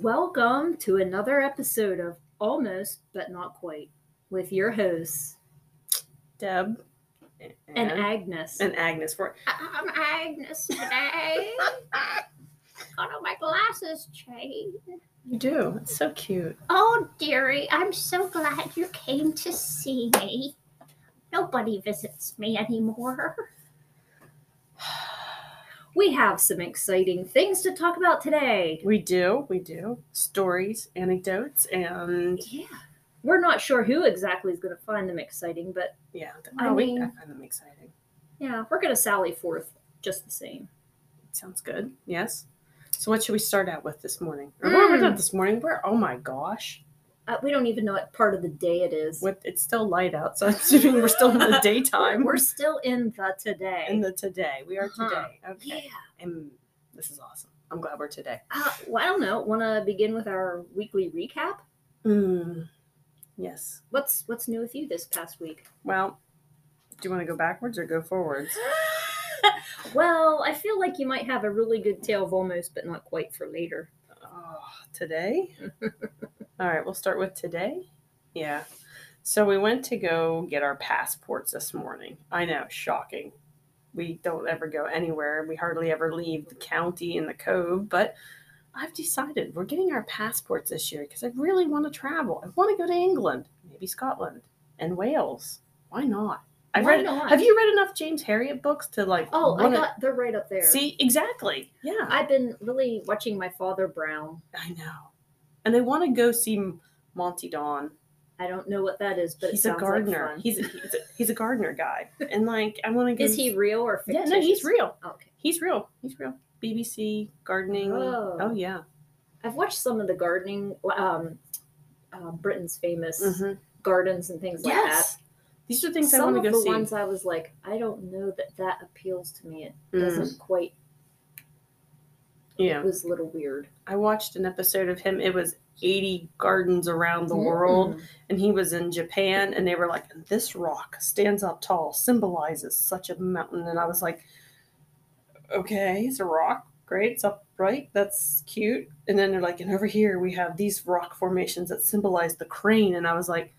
Welcome to another episode of Almost But Not Quite with your hosts Deb and, and Agnes. and Agnes. We're, I'm Agnes today. Got all my glasses changed. you do. It's so cute. Oh, dearie, I'm so glad you came to see me. Nobody visits me anymore. We have some exciting things to talk about today. We do. We do. Stories, anecdotes, and Yeah. We're not sure who exactly is going to find them exciting, but yeah. th- I oh, we- mean- I find them exciting. yeah, we're going to sally forth just the same. Sounds good. Yes. So what should we start out with this morning? Or we're- we're Mm. not this morning. We're oh my gosh. Uh, we don't even know what part of the day it is. What it's still light out, so I'm assuming we're still in the daytime. We're still in the today. in the today. We are Uh-huh. today. yeah. Okay. And this is awesome. I'm glad we're today. Uh, well, I don't know. Want to begin with our weekly recap? Mm. Yes. What's What's new with you this past week? Well, do you want to go backwards or go forwards? Well, I feel like you might have a really good tale of almost, but not quite for later. Oh, today? All right, we'll start with today. Yeah. So we went to go get our passports this morning. I know, shocking. We don't ever go anywhere. We hardly ever leave the county and the cove, but I've decided we're getting our passports this year because I really want to travel. I want to go to England, maybe Scotland, and Wales. Why not? I've Why read not? Have you read enough James Harriet books to like Oh, I wanna- got they're right up there. See, exactly. Yeah, I, I've been really watching my father Brown. know. And I want to go see M- Monty Don. I don't know what that is, but he's it a sounds gardener. Like fun. he's a, he's a, he's a gardener guy. And like, I want to go. Is he real or Yeah, fictitious? no, he's real. Okay, He's real. He's real. BBC gardening. Oh. Oh yeah. I've watched some of the gardening, um, uh, Britain's famous hmm gardens and things like that. Yes. These are things I Some want of to the go see. ones I was like, I don't know that that appeals to me. It Mm, doesn't quite. Yeah. It was a little weird. I watched an episode of him. It was 80 gardens around the world, Mm. and he was in Japan, and they were like, "This rock stands up tall, symbolizes such a mountain," and I was like, "Okay, it's a rock, great, it's upright, that's cute." And then they're like, "And over here we have these rock formations that symbolize the crane," and I was like,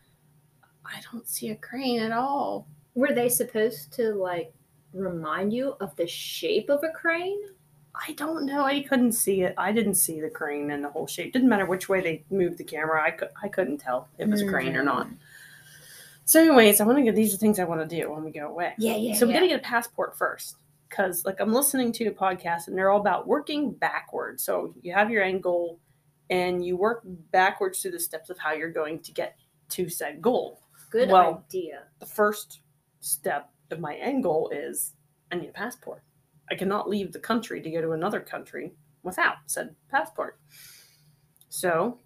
"I don't see a crane at all." Were they supposed to like remind you of the shape of a crane? I don't know. I couldn't see it. I didn't see the crane and the whole shape. Didn't matter which way they moved the camera. I, cou- I couldn't tell if it was a crane or not. So, anyways, I want to go. These are things I want to do when we go away. Yeah, yeah. so we yeah. gotta get a passport first because like i'm listening to a podcast and they're all about working backwards so you have your end goal and you work backwards through the steps of how you're going to get to said goal good well- idea. the first step of my end goal is i need a passport i cannot leave the country to go to another country without said passport so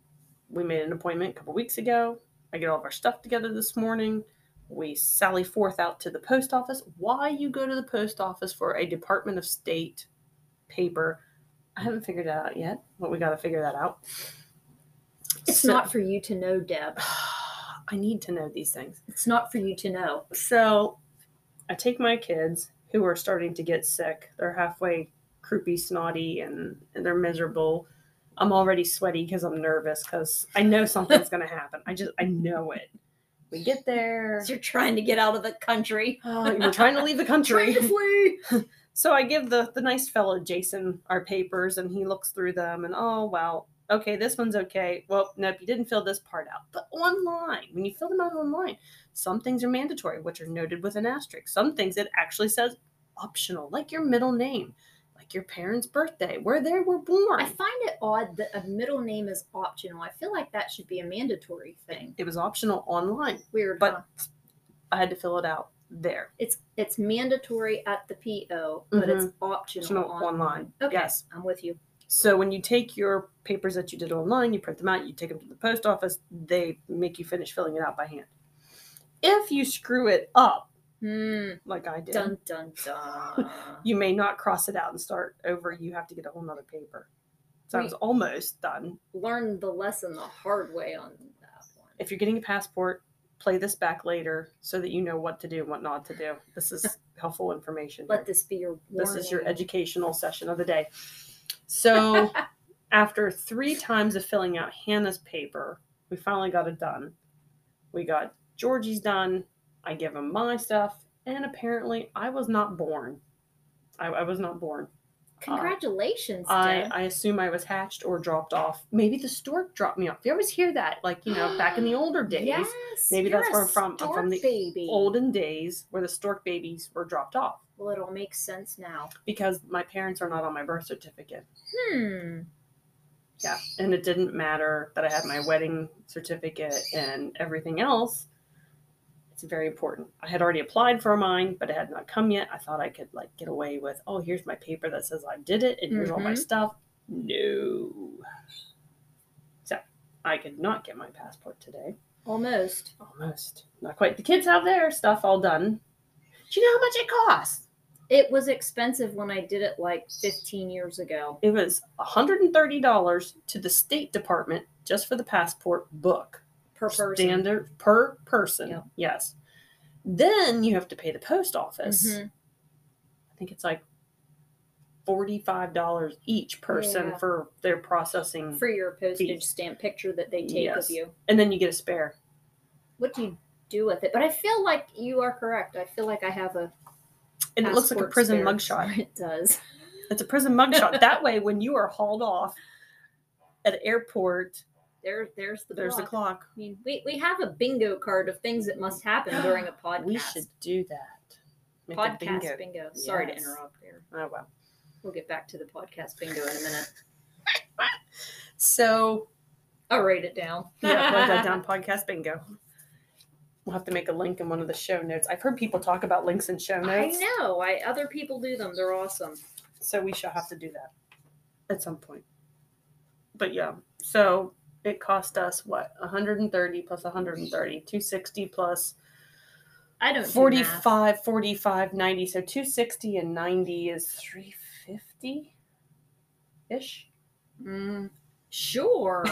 we made an appointment a couple weeks ago i get all of our stuff together this morning we sally forth out to the post office. Why you go to the post office for a Department of State paper? I haven't figured that out yet, but we got to figure that out. It's So- not for you to know, Deb. I need to know these things. It's not for you to know. So I take my kids who are starting to get sick. They're halfway croupy, snotty, and, and they're miserable. I'm already sweaty because I'm nervous because I know something's going to happen. I just, I know it. We get there. You're trying to get out of the country. Oh, we're trying to leave the country. Trying to flee. So I give the the nice fellow Jason our papers, and he looks through them, and oh well, okay, this one's okay. Well, nope, you didn't fill this part out. But online, when you fill them out online, some things are mandatory, which are noted with an asterisk. Some things it actually says optional, like your middle name, like your parents' birthday, where they were born. I find it odd that a middle name is optional. I feel like that should be a mandatory thing. it was optional online. Weird, But- huh? I had to fill it out there. It's it's mandatory at the PO, but it's optional, Optional on- Mm-hmm. online. Okay, Yes. I'm with you. So when you take your papers that you did online, you print them out, you take them to the post office, they make you finish filling it out by hand. If you screw it up, Hmm. like I did, Dun dun dun. you may not cross it out and start over. You have to get a whole nother paper. So I was almost done. Learned the lesson the hard way on that one. If you're getting a passport, play this back later so that you know what to do and what not to do. This is helpful information. here. Let this be your. This is your warning. educational session of the day. So after three times of filling out Hannah's paper, we finally got it done. We got Georgie's done. I give him my stuff, and apparently I was not born. I, I was not born. Congratulations, I, Deb. I assume I was hatched or dropped off. Maybe the stork dropped me off. You always hear that, like you know, back in the older days, Yes, maybe you're that's a where I'm from. I'm stork from the baby. olden days where the stork babies were dropped off Well, it'll make sense now. because my parents are not on my birth certificate. Hmm. Yeah. And it didn't matter that I had my wedding certificate and everything else. It's very important. I had already applied for mine, but it had not come yet. I thought I could like get away with, oh, here's my paper that says I did it and here's all my Mhm. stuff. No. So I could not get my passport today. Almost. Almost. Not quite. The kids have their stuff all done. Do you know how much it costs? It was expensive when I did it like 15 years ago. It was $130 to the State Department just for the passport book. Per person. standard per person. Yep. Yes. Then you have to pay the post office. Mhm. I think it's like forty-five dollars each person Yeah. for their processing, For your postage Fees. stamp picture that they take Yes. of you. and then you get a spare. What do you do with it? But I feel like you are correct. I feel like I have a. And it looks like a passport prison spare. mugshot. It does. It's a prison mugshot. that way, when you are hauled off at the airport, There, there's the. there's the clock. clock. I mean, we, we have a bingo card of things that must happen during a podcast. We should do that. Make a podcast bingo. bingo. Sorry Yes. to interrupt there. Oh well. We'll get back to the podcast bingo in a minute. So I'll write it down. yeah, Blood Dot Down Podcast Bingo. We'll have to make a link in one of the show notes. I've heard people talk about links in show I notes, know. I other people do them. They're awesome. so we shall have to do that at some point. But yeah, so it cost us what 130 plus 130, 260 plus I don't. do math. 45, 45, 90. So 260 and 90 is 350 ish. Mm, sure.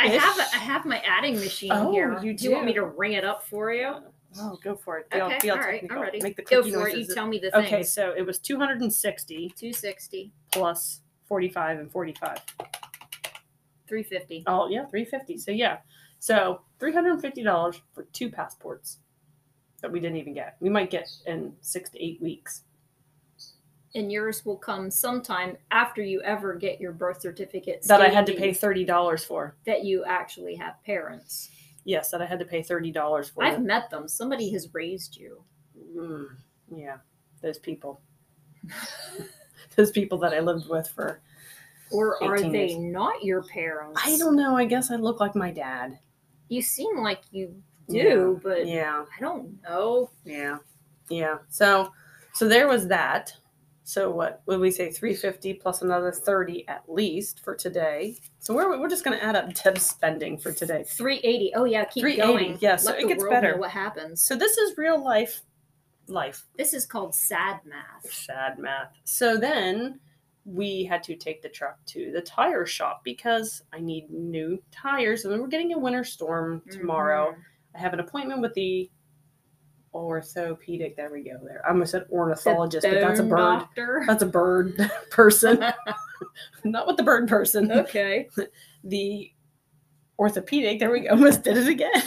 I have a, I have my adding machine Oh, here. you you want me do. to ring it up for you? Oh, go for it. Be all, Okay. be all all right. technical. I'm ready. Make the Go clicky for it. You noises. tell me the thing. Okay, so it was 260 260, plus 45 and 45. 350. Oh, yeah, 350. So yeah. So $350 for two passports that we didn't even get. We might get in 6 to 8 weeks. And yours will come sometime after you ever get your birth certificate. That I had to pay stating $30 for. That you actually have parents. Yes, that I had to pay $30 for. I've met them. Somebody has raised you. Mm, yeah. Those people. Those people that I lived with for Or are 18 they years. not your parents? I don't know, I guess I look like my dad. You seem like you do, but Yeah. I don't know. Yeah. Yeah. So so there was that. So what would we say 350 plus another 30 at least for today. So we're we're just going to add up Deb's spending for today. 380. Oh yeah, keep 380, going. yeah, so Let it the gets world better. Know what happens? So this is real life life This is called sad math. sad math. So then we had to take the truck to the tire shop because I need new tires and we're getting a winter storm tomorrow. Mhm. I have an appointment with the orthopedic. There we go. There. I almost said ornithologist, but that's a Bone bird. Doctor. That's a bird person. Not with the bird person. okay. The orthopedic. There we go. Almost did it again.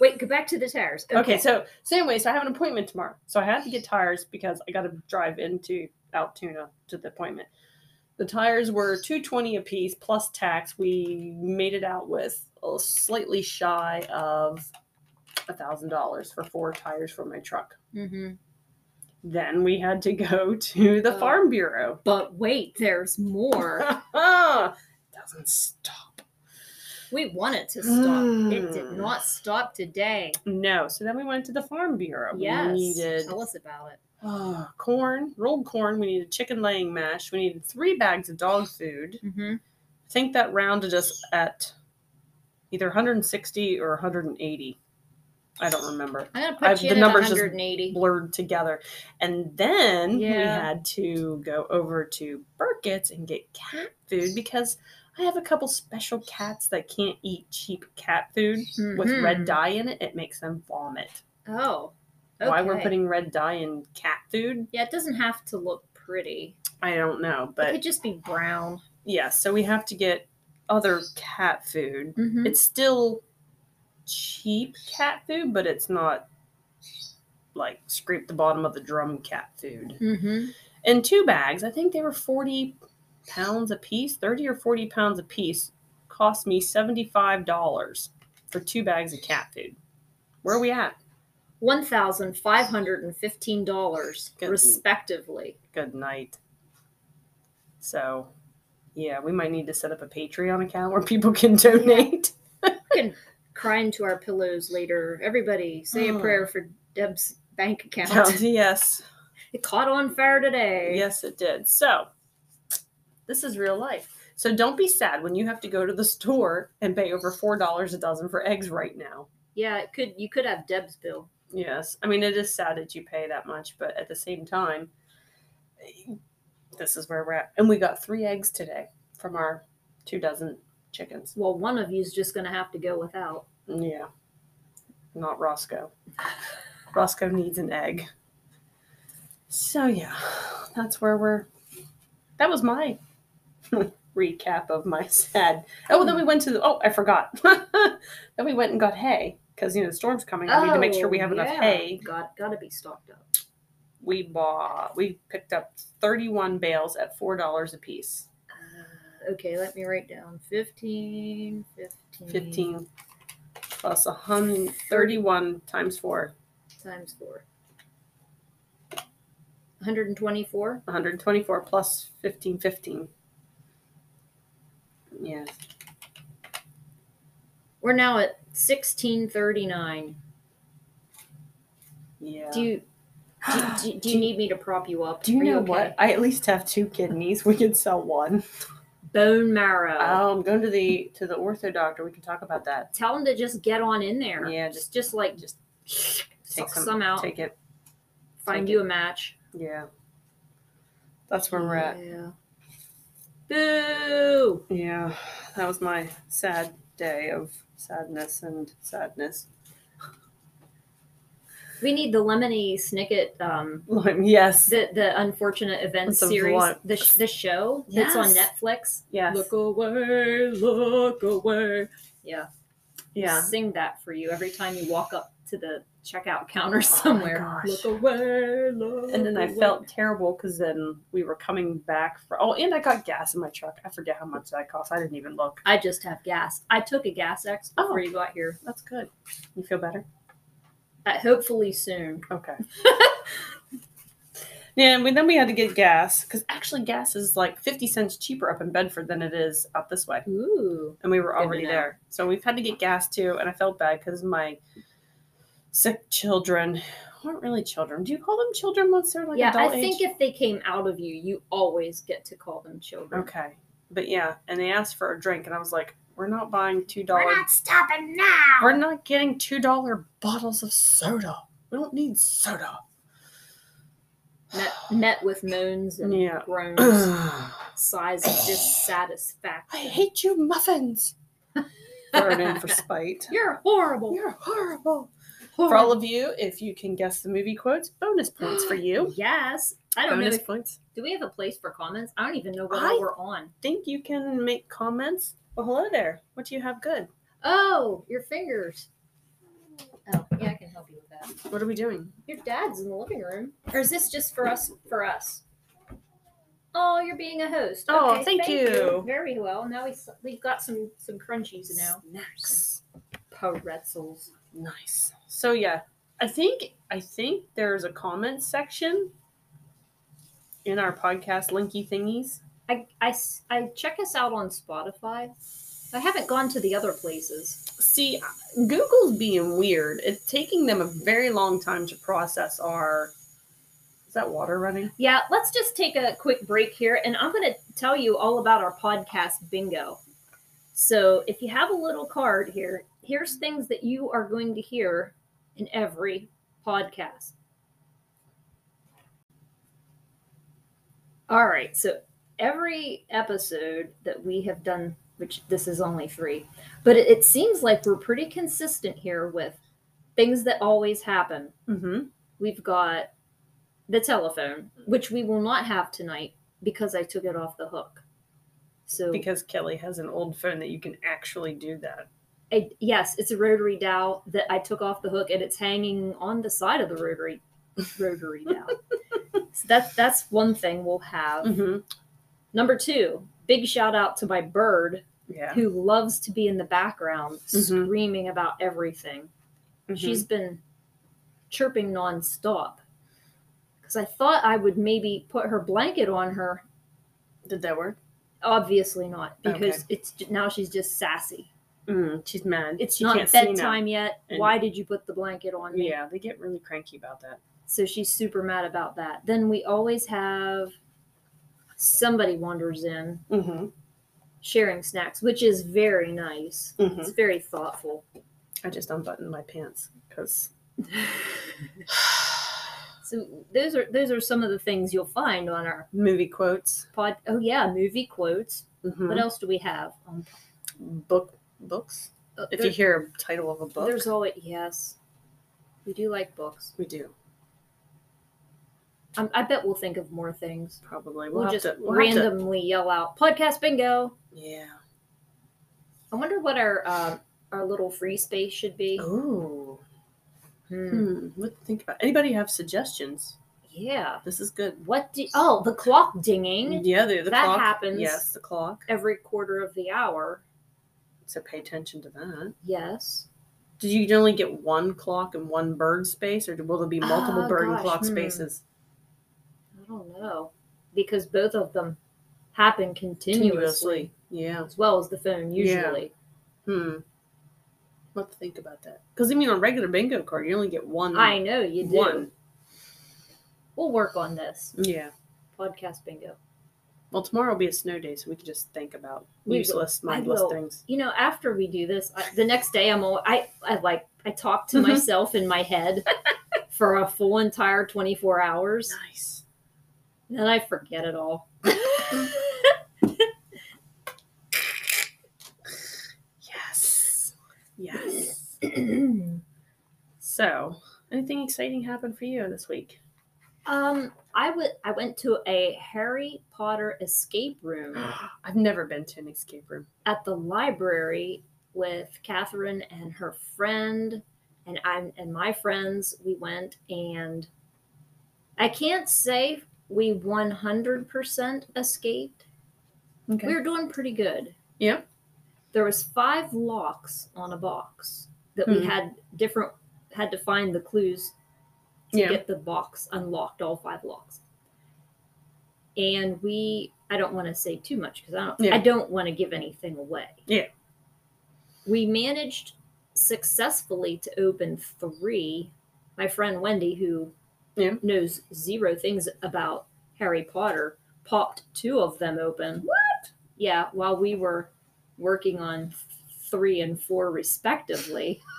Wait, go back to the tires. Okay. so so anyway, so I have an appointment tomorrow. So I had to get tires because I got to drive into Altoona to the appointment. The tires were two twenty a piece plus tax. We made it out with a slightly shy of a thousand dollars for four tires for my truck. Mhm. Then we had to go to the Oh. farm bureau. But wait, there's more. Doesn't stop. we want it to stop. It did Mm. not stop today. No. So then we went to the farm bureau. Yes. We needed Tell us about it. uh, corn, rolled corn. We needed chicken laying mash. We needed three bags of dog food. Mm-hmm. I think that rounded us at either 160 or 180. I don't remember. I'm gonna put I've- you the in at numbers just 180. Blurred together. And then we Yeah. had to go over to Burkett's and get cat food because I have a couple special cats that can't eat cheap cat food with red Mhm. dye in it. It makes them vomit. Oh. why we're okay. putting red dye in cat food. Yeah, it doesn't have to look pretty. I don't know, it but could just be brown. yeah, so we have to get other cat food. Mm-hmm. It's still cheap cat food, but it's not like scrape the bottom of the drum cat food. Mm-hmm. And two bags, I think they were 40 pounds a piece, 30 or 40 pounds a piece, cost me $75 for two bags of cat food. Where are we at? One thousand five hundred and fifteen dollars, Good. respectively. Good night. So, yeah, we might need to set up a Patreon account where people can donate. Cry into our pillows later. Everybody, say a Oh. prayer for Deb's bank Down account. to yes. it caught on fire today. Yes, it did. So, this is real life. So, don't be sad when you have to go to the store and pay over $4 a dozen for eggs right now. Yeah, it could. You could have Deb's bill. Yes. I mean, it is sad that you pay that much, but at the same time, this is where we're at. And we got three eggs today from our two dozen chickens. Well, one of you's just gonna have to go without. Yeah. Not Roscoe. Roscoe needs an egg. So, yeah, that's where we're. That was my recap of my sad. Oh, then we went to the. Oh, I forgot. then we went and got hay because, you know, the storm's coming. We need to make sure we Oh, have enough yeah. hay Got gotta be stocked up. we bought we picked up 31 bales at four dollars a piece Uh, okay, let me write down 15, 15, 15 plus a hundred thirty-one times four times 4. 124? 124 plus 15 15 yes We're now at 1639. yeah Do you do, do, do you need me to prop you up? do you Are know okay? what i at least have two kidneys we could sell one Bone marrow. i'm going to the to the ortho doctor we can talk about that Tell him to just get on in there. Yeah, just just like just suck some- some, out. take it find take you a match. yeah that's where we're at Yeah. Boo! Yeah, that was my sad day of sadness and sadness. We need the Lemony Snicket um, Lime, yes, the the unfortunate events The series vlog. the, sh- the show that's on Yes. netflix yes, look away look away yeah yeah. sing that for you every time you walk up to the checkout counter somewhere Oh gosh. look away look And then I away. felt terrible because then we were coming back for oh, and I got gas in my truck. I forget how much that cost. I didn't even look. i just have gas i took a gas x before Oh. you got here That's good. You feel better? uh, hopefully soon Okay. yeah, and we, then we had to get gas because actually gas is like fifty cents cheaper up in Bedford than it is out this way. ooh and we were Good to already know. there. So we've had to get gas too, and I felt bad because my sick children aren't really children. Do you call them children once they're like yeah i adult think age? if they came out of you you always get to call them children okay, but yeah, and they asked for a drink, and I was like, "We're not buying two We're dollars. not stopping now. We're not getting two dollar bottles of soda. We don't need soda." met, met with moans and Yeah. groans I sighs of dissatisfaction hate you, muffins. Throw it in for spite. You're horrible. You're horrible. horrible. For all of you, if you can guess the movie quotes, bonus points for you. Yes. I don't bonus know. If, points. do we have a place for comments? I don't even know what I- we're on. think you can make comments. Well, hello there. What do you have good? Oh, your fingers. Oh, yeah, I can help you with that. What are we doing? Your dad's in the living room. Or is this just for us? For us. Oh, you're being a host. Oh, Okay, thank you. Very well. Now we s- we've got some some crunchies now. Snacks. Pretzels. Nice. So yeah, I think I think there's a comment section in our podcast linky thingies. I, I s- I check us out on Spotify. I haven't gone to the other places. See, Google's being weird. It's taking them a very long time to process our. Is that water running? Yeah, let's just take a quick break here and I'm going to tell you all about our podcast bingo. So, if you have a little card here, here's things that you are going to hear in every podcast. All right, so every episode that we have done, which this is only three, but it, it seems like we're pretty consistent here with things that always happen Mm-hmm. we've got the telephone, which we will not have tonight because I took it off the hook. So Because Kelly has an old phone that you can actually do that. I, yes, it's a rotary dowel that I took off the hook, and it's hanging on the side of the rotary rotary dowel. so that's that's one thing we'll have. Mm-hmm. Number two, big shout out to my bird Yeah. who loves to be in the background Mhm. screaming about everything. Mm-hmm. She's been chirping nonstop because I thought I would maybe put her blanket on her. Mhm. Did that work? Obviously not Okay. because it's j- now she's just sassy. Mm, she's mad. It's She not can't see now. bedtime yet. And- Why did you put the blanket on me? Yeah, they get really cranky about that. So she's super mad about that. Then we always have somebody wanders in Mm-hmm. sharing snacks, which is very nice. Mm-hmm. It's very thoughtful. I just unbuttoned my pants because so those are those are some of the things you'll find on our movie quotes, pod. Oh yeah, movie quotes. mm-hmm. What else do we have? On, book books. uh, If there- you hear a title of a book, There's always yes. We do like books. we do Um, I bet we'll think of more things. probably. We'll, We'll, have just to we'll have to- randomly yell out podcast bingo. yeah. I wonder what our uh, our little free space should be. Oh. Hmm. Hmm. What to think about? Anybody have suggestions? Yeah. This is good. What do oh the clock dinging Yeah, the, the That clock. happens. Yes, the clock. every quarter of the hour? So pay attention to that. Yes. Do you only get one clock and one bird space, or will there be multiple Ah, bird and gosh, clock hmm. spaces? I don't know because both of them happen continuously, Continuously. Yeah. as well as the phone Yeah. usually. Hmm. We'll have to think about that. Because I mean, on a regular bingo card, you only get one. I know you do. One. We'll work on this Yeah. podcast bingo. Well, tomorrow will be a snow day, so we can just think about We will. useless, I mindless will. things. You know, after we do this, I, the next day I'm all I I like I talk to myself in my head for a full entire 24 hours, Nice. and then I forget it all. Yes. Yes. So, anything exciting happened for you this week? Um, I would. I went to a Harry Potter escape room I've never been to an escape room. at the library with Catherine and her friend, and I'm and my friends. We went, and I can't say we 100% escaped. Okay. We were doing pretty good. Yeah. There was five locks on a box that Hmm. we had different had to find the clues to yeah. get the box unlocked, all five locks. And we, I don't want to say too much because I don't, Yeah. I don't want to give anything away. Yeah. We managed successfully to open three. My friend Wendy, who Yeah. knows zero things about Harry Potter, popped two of them open. What? Yeah, while we were working on three and four respectively.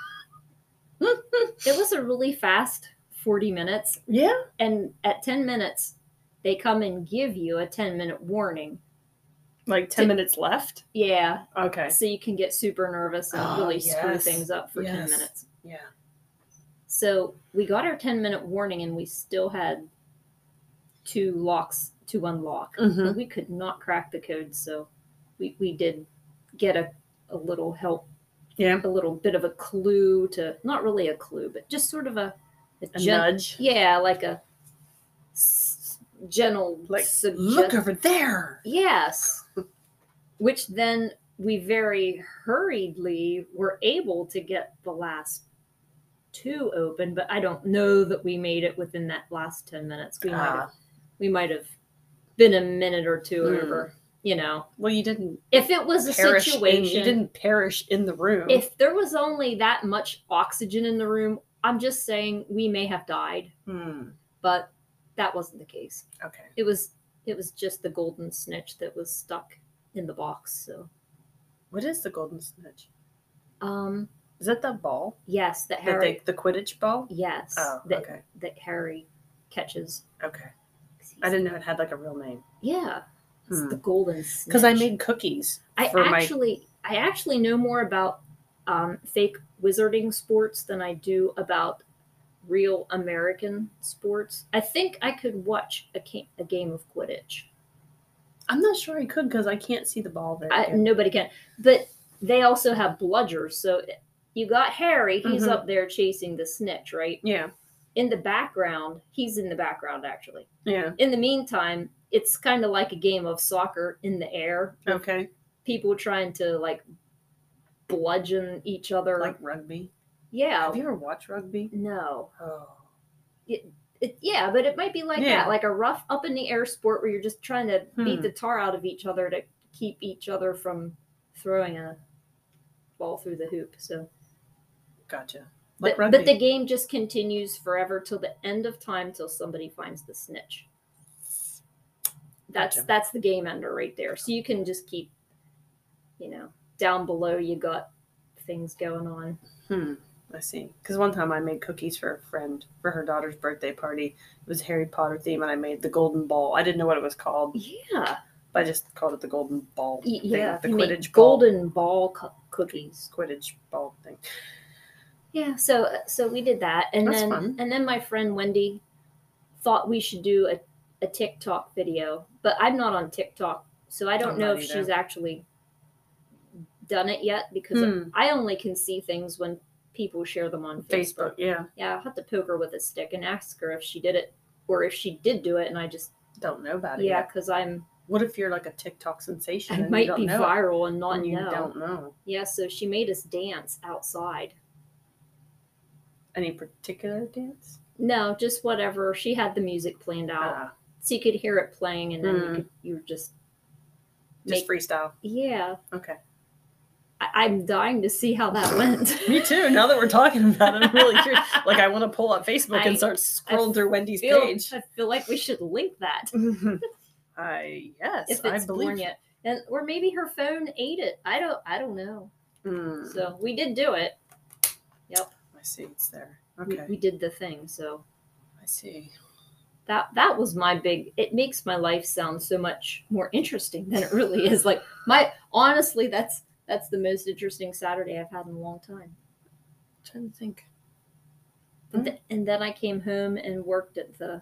it was a really fast 40 minutes yeah. and at 10 minutes they come and give you a 10 minute warning Like ten minutes left. yeah Okay. so you can get super nervous and Oh, really screw yes. things up for 10 Yes. minutes Yeah. so we got our 10 minute warning and we still had two locks to unlock Mm-hmm. But we could not crack the code so we, we did get a, a little help Yeah. a little bit of a clue to not really a clue but just sort of a, a, A gen- nudge. Yeah, like a s- gentle Like suggest- look over there. Yes, which then we very hurriedly were able to get the last two open, but I don't know that we made it within that last ten minutes. We might have, Ah. we might have been a minute or two Hmm. over. You know, Well, you didn't if it was a perish. In, you situation, didn't perish in the room. if there was only that much oxygen in the room, I'm just saying we may have died, Hmm. but that wasn't the case. Okay. it was it was just the golden snitch that was stuck in the box so What is the golden snitch? um Is that that ball? yes that That harry they, the Quidditch ball? yes Oh, that, okay. that harry catches Okay. I didn't know it had like a real name. yeah it's Hmm. the golden snitch Because I made cookies i for my actually i actually know more about um fake wizarding sports than i do about real american sports i think i could watch a, ca- a game of quidditch I'm not sure I could because I can't see the ball very I, good. nobody can. But they also have bludgers. So you got Harry. He's Mhm. up there chasing the snitch, right? Yeah, In the background, he's in the background actually. yeah, In the meantime, it's kind of like a game of soccer in the air. okay. People trying to like bludgeon each other. Like rugby. yeah. Have you ever watched rugby? No. Oh, It, yeah, but it might be like Yeah. that, like a rough up in the air sport where you're just trying to beat Hmm. the tar out of each other to keep each other from throwing a ball through the hoop. So, gotcha. Like but, rugby. but the game just continues forever till the end of time till somebody finds the snitch. That's Gotcha. that's the game ender right there. So you can just keep, you know, down below you got things going on. Hmm. I see. Because one time I made cookies for a friend for her daughter's birthday party. It was Harry Potter theme, and I made the golden ball. I didn't know what it was called, Yeah, but I just called it the golden ball. Y- thing, yeah. the you make Quidditch ball. golden ball cu- cookies. Quidditch ball thing. Yeah, so so we did that, and That's then fun. and then my friend Wendy thought we should do a, a TikTok video, but I'm not on TikTok, so I don't I'm know if not either. she's actually done it yet because Hmm. I only can see things when people share them on Facebook. Facebook. Yeah. Yeah, I will have to poke her with a stick and ask her if she did it or if she did do it, and I just Don't know about it. yeah, yet. because I'm What if you're like a TikTok sensation? I and you might don't be know it, viral and not and you know. don't know Yeah, so she made us dance outside. any particular dance. No, just whatever. She had the music planned out. Ah, so you could hear it playing and then you, Mm. could, you were just just freestyle. yeah Okay. I, i'm dying to see how that went Me too. Now that we're talking about it, I'm really curious. Like, I want to pull up Facebook I- and start scrolling I through Wendy's feel, page. i feel like we should link that I yes, if I it's believe. born yet and or maybe her phone ate it i don't i don't know Hmm, so we did do it I see it's there. We- Okay, we, did the thing so I see. that that was my big it makes my life sound so much more interesting than it really is like my honestly that's that's the most interesting saturday i've had in a long time trying to think. And th- and then I came home and worked at the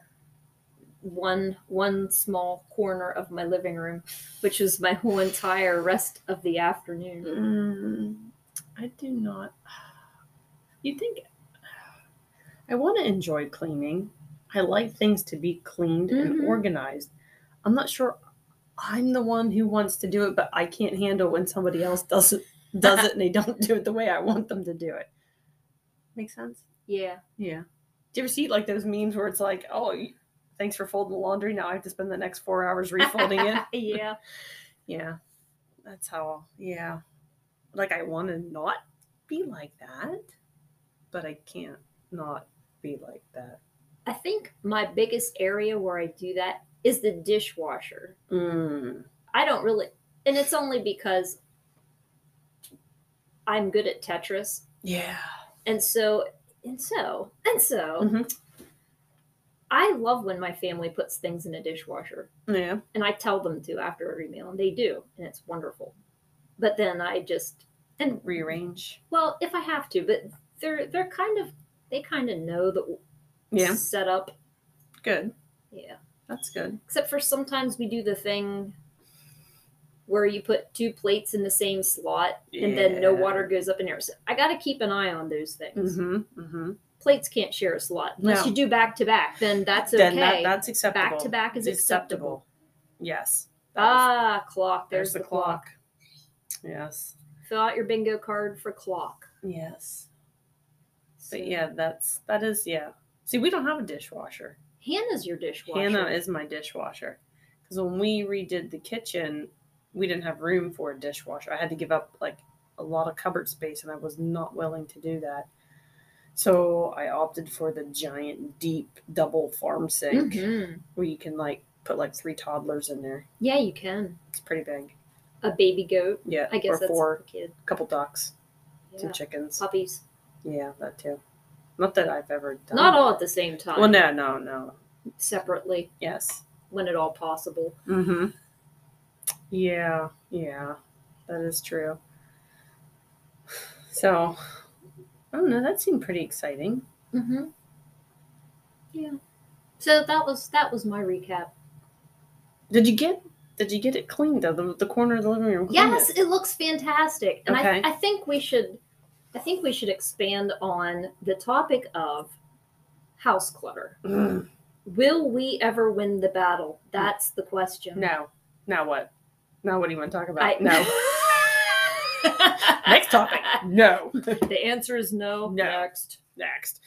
one one small corner of my living room, which was my whole entire rest of the afternoon. Mm, I do not. You think I want to enjoy cleaning? I like things to be cleaned and Mhm. organized. I'm not sure. I'm the one who wants to do it, but I can't handle when somebody else does it, does it, and they don't do it the way I want them to do it. Make sense? Yeah, Yeah. Do you ever see like those memes where it's like, oh, y- thanks for folding the laundry. Now I have to spend the next four hours refolding it. yeah, Yeah. That's how, yeah. Like I want to not be like that, but I can't not be like that. I think my biggest area where I do that is the dishwasher. Mm. I don't really, and it's only because I'm good at Tetris, Yeah. and so and so and so Mhm. I love when my family puts things in a dishwasher. Yeah. and I tell them to after every meal, and they do, and it's wonderful. But then I just and Rearrange. well, if I have to, but they're they're kind of they kind of know the Yeah. setup. Good. Yeah, That's good. except for sometimes we do the thing where you put two plates in the same slot, and then no Yeah. water goes up in there. So I got to keep an eye on those things. Mm-hmm. Mm-hmm. Plates can't share a slot unless No. you do back to back. Then that's okay. Then that, that's acceptable. back to back is It's acceptable. Yes. That is- Ah, clock. There's, the, clock. Yes. Fill out your bingo card for clock. Yes. So- But yeah, that's that is yeah. See, we don't have a dishwasher. Hannah's your dishwasher. Hannah is my dishwasher because when we redid the kitchen, we didn't have room for a dishwasher. I had to give up like a lot of cupboard space, and I was not willing to do that. So I opted for the giant, deep, double farm sink Mhm. where you can like put like three toddlers in there. Yeah, you can. It's pretty big. A baby goat. Yeah, I guess or that's four, a kid. a couple ducks, two Yeah. chickens. Puppies. Yeah, that too. Not that I've ever done. Not all at the same time. Well, no, no, no. Separately, Yes. when at all possible. Mm-hmm. Yeah, yeah, that is true. So, I don't know. That seemed pretty exciting. Mm-hmm. Yeah. So that was that was my recap. Did you get Did you get it cleaned though? The, the corner of the living room. cleaned Yes, it? it looks fantastic. And Okay. I, I think we should I think we should expand on the topic of house clutter. Mm, Will we ever win the battle? Hmm. That's the question. no. Now what? Now what do you want to talk about? I no. Next topic. No. The answer is no. No. Next. Next.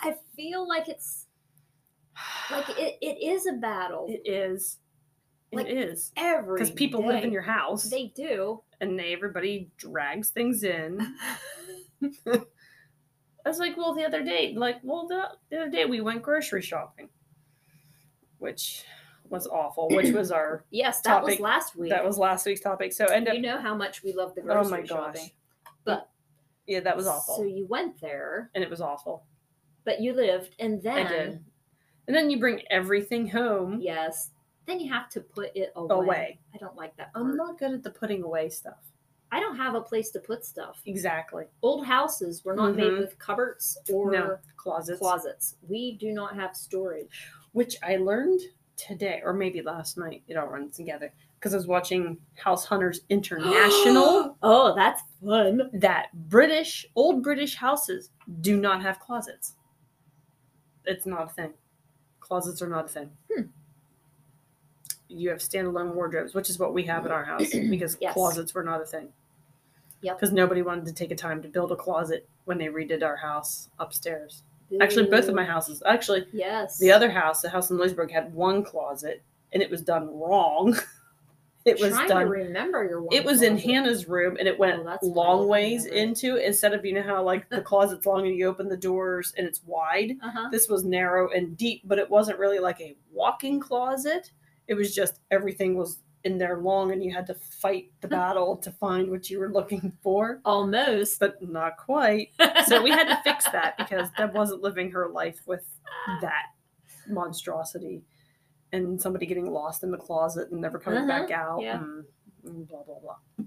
I feel like it's like it, it is a battle. It is. Like, it is. every Because people live in day. your house They do. and they, everybody drags things in. I was like, well, the other day, like, well, the, the other day we went grocery shopping, which was awful, which was our, Yes, that Topic- was last week. that was last week's topic. So end up, you know how much we love the oh grocery my gosh. shopping. But- yeah, that was awful. So you went there, and it was awful. but you lived, and I then did. And then you bring everything home yes, then you have to put it away. away. I don't like that. I'm Word. not good at the putting away stuff. I don't have a place to put stuff. Exactly. Old houses were not made Mhm. with cupboards or No, closets. closets. We do not have storage. which I learned today, or maybe last night. It all runs together because I was watching House Hunters International. oh, that's fun. that British, old British houses do not have closets. It's not a thing. Closets are not a thing. Hmm. You have standalone wardrobes, which is what we have at our house because Yes. closets were not a thing. Yep. Because nobody wanted to take a time to build a closet when they redid our house upstairs. Actually, both of my houses. Actually, Yes. the other house, the house in Lewisburg, had one closet, and it was done wrong. It was Trying done. to remember your one. It was in closet. Hannah's room, and it went Oh, that's funny. I long didn't ways remember. into. Instead of you know how like the closet's long and you open the doors and it's wide. Uh-huh. This was narrow and deep, but it wasn't really like a walk-in closet. It was just everything was in there long, and you had to fight the battle to find what you were looking for, Almost. but not quite. So we had to fix that because Deb wasn't living her life with that monstrosity and somebody getting lost in the closet and never coming back out Uh-huh. yeah. and, and blah blah blah.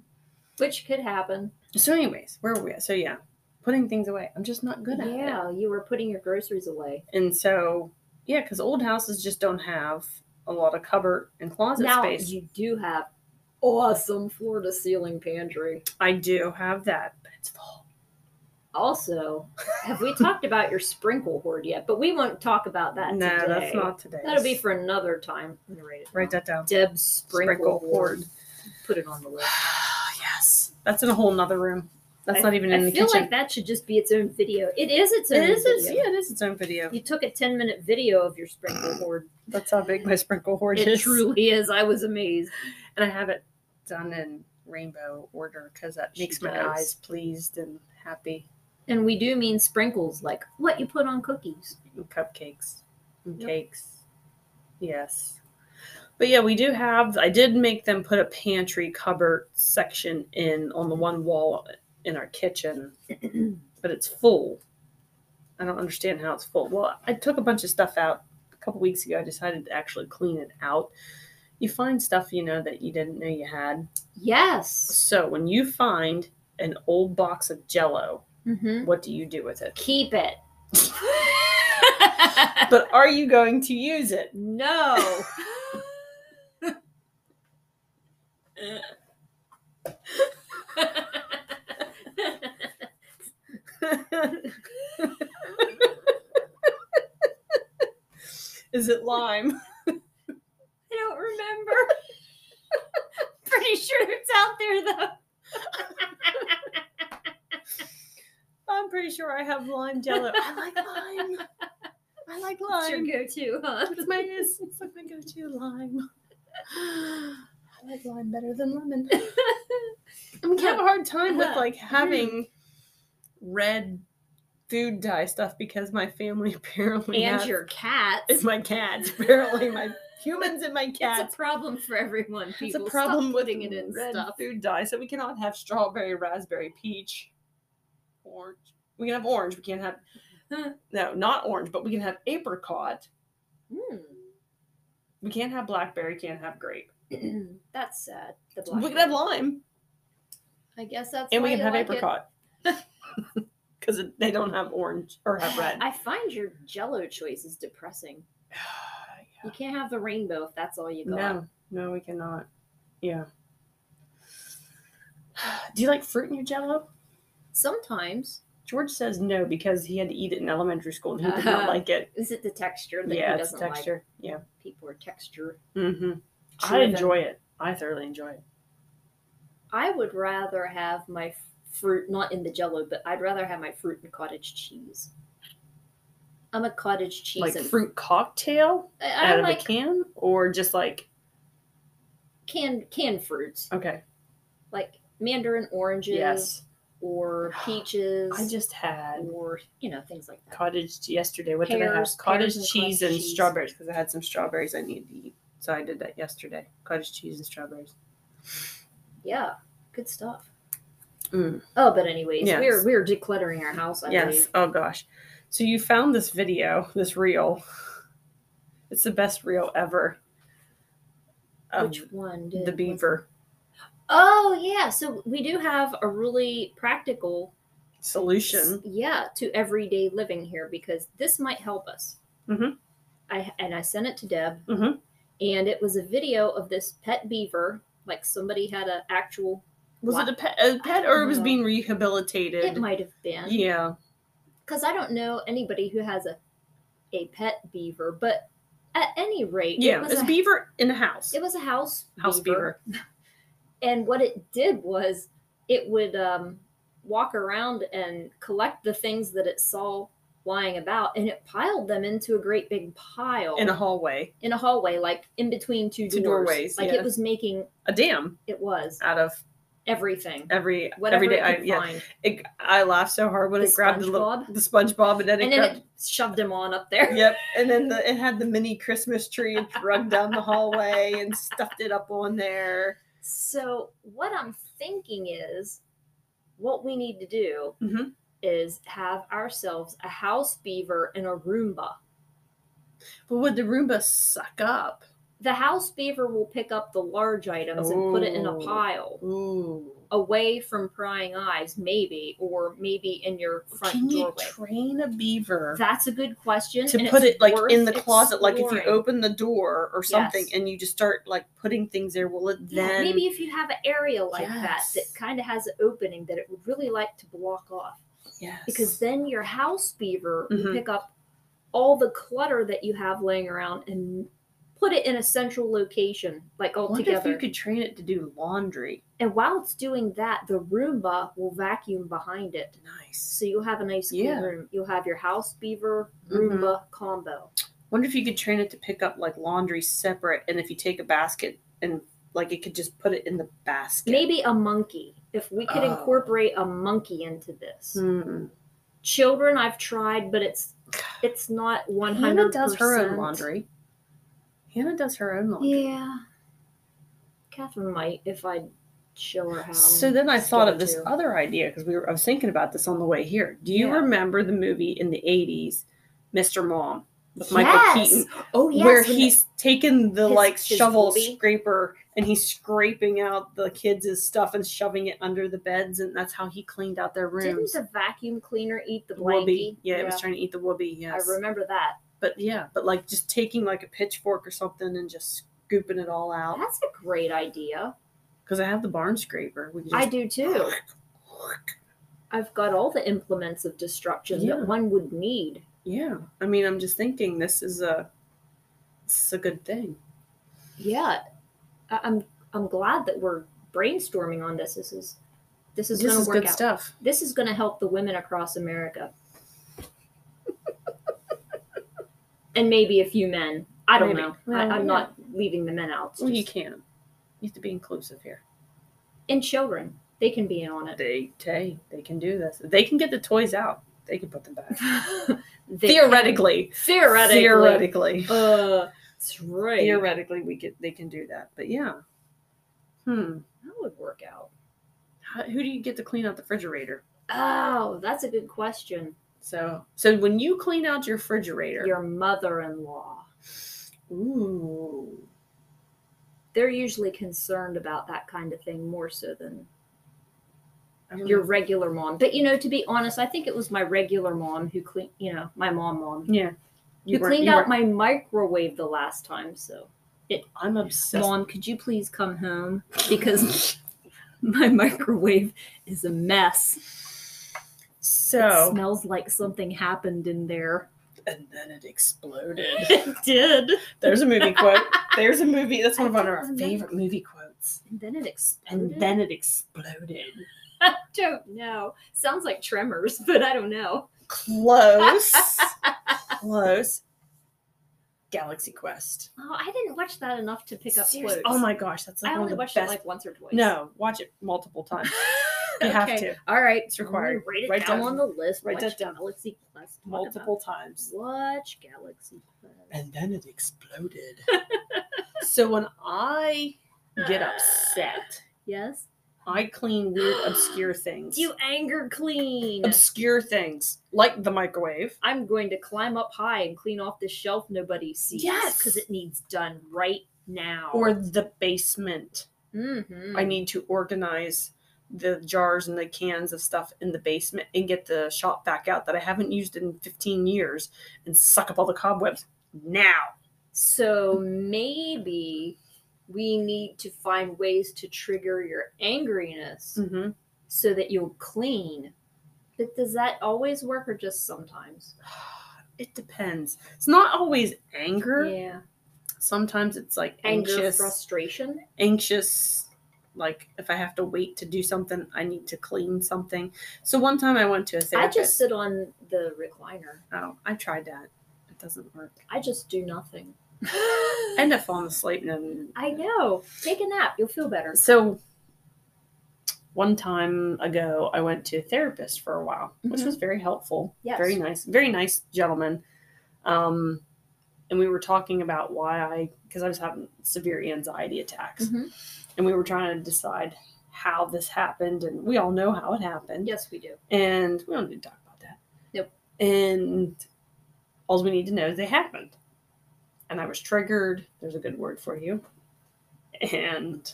Which could happen. So anyways, where were we at? So yeah, putting things away. I'm just not good at it. Yeah, you were putting your groceries away. And so yeah, because old houses just don't have a lot of cupboard and closet now space. you do have awesome floor to ceiling pantry. I do have that, but it's full. Also, have we talked about your sprinkle hoard yet? But we won't talk about that no, today. that's not today. That'll be for another time. I'm gonna write it write down. that down. Deb's sprinkle, Sprinkle hoard. hoard. Put it on the list. yes. That's in a whole nother room. That's not even I in the feel kitchen. like that should just be its own video. It is its own. it is its, video. yeah, it is its own video. You took a ten minute video of your sprinkle hoard. That's how big my sprinkle hoard It is. truly is. I was amazed. And I have it done in rainbow order because that She makes my does. eyes pleased and happy. And we do mean sprinkles, like what you put on cookies. And cupcakes. And Yep. cakes. Yes. But yeah, we do have I did make them put a pantry cupboard section in on the one wall in our kitchen. but it's full. I don't understand how it's full. Well, I took a bunch of stuff out a couple weeks ago. I decided to actually clean it out. You find stuff, you know, that you didn't know you had. Yes. So when you find an old box of jello, Mm-hmm. what do you do with it? Keep it. But are you going to use it? no. Is it lime? I don't remember. Pretty sure it's out there though. I'm pretty sure I have lime jello. I like lime. I like It's your lime. go-to, huh? It's my it's my go-to lime. I like lime better than lemon. I mean, I have a hard time with like Mm. having red food dye stuff because my family apparently and has- your cats. it's my cats apparently my humans and my It's cats. a problem for everyone. It's a People problem Stop with putting it in red stuff. food dye, so we cannot have strawberry, raspberry, peach, orange. We can have orange. We can't have Huh. no, not orange, but we can have apricot. Hmm. We can't have blackberry. Can't have grape. Hmm. that's sad. The We black can have one. lime, I guess that's and we why can you have like it. apricot because they don't have orange or have red. I find your Jello choice is depressing. You can't have the rainbow if that's all you got. No, no, we cannot. Yeah. Do you like fruit in your jello? Sometimes George says no because he had to eat it in elementary school and he did not Uh-huh. like it. is it the texture that yeah, he it's doesn't texture. Yeah. like? People are texture. Mm-hmm. I driven. enjoy it. I thoroughly enjoy it. I would rather have my f- fruit not in the jello, but I'd rather have my fruit and cottage cheese. I'm a cottage cheese like and fruit cocktail I, I out of like a can, or just like canned canned fruits, okay, like mandarin oranges yes. or peaches I just had or you know things like that. cottage yesterday. What did I have? Pears- Cottage pears and cheese cottage and cheese. strawberries because I had some strawberries I needed to eat, so I did that yesterday. Cottage cheese and strawberries. Yeah, good stuff. Mm. Oh, but anyways, Yes. we're we're decluttering our house. I yes. believe. Oh gosh. So you found this video, this reel. It's the best reel ever. Of Which one? Did, Um, the beaver Oh yeah, so we do have a really practical solution. yeah to everyday living here because this might help us Mhm. i and i sent it to deb Mhm. and it was a video of this pet beaver like somebody had an actual Was What? it a pet, a pet or it was No. being rehabilitated? it might have been Yeah. because i don't know anybody who has a a pet beaver but at any rate Yeah. it was, It's a, a beaver in a house. it was a house House beaver. and what it did was it would um, walk around and collect the things that it saw lying about and it piled them into a great big pile in a hallway, in a hallway, like in between two, Two doors. doorways, Like yeah. it was making a dam it was out of everything. every Whatever every day. it I, could yeah, find. it, I laughed so hard when The it grabbed the little SpongeBob? the SpongeBob, and then it And then grabbed. it shoved him on up there. yep, and then the, it had the mini Christmas tree and dragged down the hallway and stuffed it up on there. So what I'm thinking is what we need to do Mhm. is have ourselves a house beaver and a Roomba. But would the Roomba suck up? The house beaver will pick up the large items and put it in a Ooh. pile. Ooh. Away from prying eyes, maybe, or maybe in your front Can you doorway. train a beaver That's a good question. to and put it's it like worth in the closet? Like if you exploring. open the door or something Yes. and you just start like putting things there, will it Yeah, then? maybe if you have an area like that Yes. that kind of has an opening that it would really like to block off, yes. because then your house beaver Mhm. will pick up all the clutter that you have laying around and put it in a central location, like all What if together. you could train it to do laundry? And while it's doing that, the Roomba will vacuum behind it, Nice. so you'll have a nice cool Yeah. room. You'll have your house beaver Mhm. Roomba combo. Wonder if you could train it to pick up like laundry separate, and if you take a basket and like it could just put it in the basket. Maybe a monkey. If we could Oh. incorporate a monkey into this. Mm. children i've tried but it's it's not 100 Hannah does her own laundry. Hannah does her own laundry. yeah catherine might if i show her how So then I thought of Skill this Um, too. other idea because we were I was thinking about this on the way here. Do you Yeah. remember the movie in the eighties, Mr. Mom, with Michael Yes. Keaton? oh where when he's taking the his- like his shovel hobby. scraper and he's scraping out the kids' stuff and shoving it under the beds, and that's how he cleaned out their the- didn't rooms. the vacuum cleaner eat the The Wubby. blankie Yeah, it was trying to eat the wooby. Yes, i remember that but yeah, but like just taking like a pitchfork or something and just scooping it all out. that's a great idea Because I have the barn scraper. We can i just do too i've got all the implements of destruction Yeah. that one would need yeah. I mean, I'm just thinking this is a this is a good thing. yeah I- i'm i'm glad that we're brainstorming on this this is this is this going is to work good out stuff. This is going to help the women across America. and maybe a few men. I don't Maybe. know. I, Well, I'm yeah. not leaving the men out. It's Well, you just- can. You have to be inclusive here. and children, they can be in on it. They, they, they can do this. They can get the toys out. They can put them back. They theoretically, can. Theoretically. theoretically, Uh, that's right. theoretically, we could they can do that. But yeah, hmm. that would work out. How, who do you get to clean out the refrigerator? Oh, that's a good question. So, so when you clean out your refrigerator, Your mother-in-law. ooh, They're usually concerned about that kind of thing more so than I don't your know. regular mom. But you know, to be honest, I think it was my regular mom who clean, you know, my mom mom yeah, You, weren't- cleaned you out weren't- my microwave the last time, so I'm obsessed. Mom, could you please come home? Because my microwave is a mess. It So smells like something happened in there. and then it exploded. It did. There's a movie quote. There's a movie. That's one of our Remember. favorite movie quotes. And then it exploded. And then it exploded. I don't know. Sounds like tremors, but I don't know. Close. Close. Galaxy Quest. Oh, I didn't watch that enough to pick up Serious- quotes. Oh my gosh, that's like I one of only the watched best. it like once or twice. no, watch it multiple times. You have to. All right. It's required. Write it Write down down. on the list. Write Watch that down. Galaxy Quest. Talk Multiple about- times. Watch Galaxy Quest. And then it exploded. so when I get upset, Yes. I clean weird, obscure things. Do anger clean. obscure things like the microwave. I'm going to climb up high and clean off this shelf nobody sees. Yes. Because it needs done right now. or the basement. Mhm. I need to organize the jars and the cans of stuff in the basement and get the shop back out that I haven't used in 15 years and suck up all the cobwebs now. So maybe we need to find ways to trigger your angriness Mm-hmm. so that you'll clean. But does that always work or just sometimes? It depends. It's not always anger. Yeah. Sometimes it's like Anger, anxious, frustration. anxious. Like if I have to wait to do something, I need to clean something. So one time I went to a I therapist. just sit on the recliner. oh, I tried that. It doesn't work. I just do nothing. End up falling asleep and then I know. Take a nap. You'll feel better. So, one time ago, I went to a therapist for a while, which Mhm. was very helpful. Yes. Very nice. Very nice gentleman. Um, and we were talking about why I, because I was having severe anxiety attacks, Mhm. and we were trying to decide how this happened, and we all know how it happened. Yes, we do. And we don't need to talk about that. Nope. And all we need to know is they happened. And I was triggered. There's a good word for you. And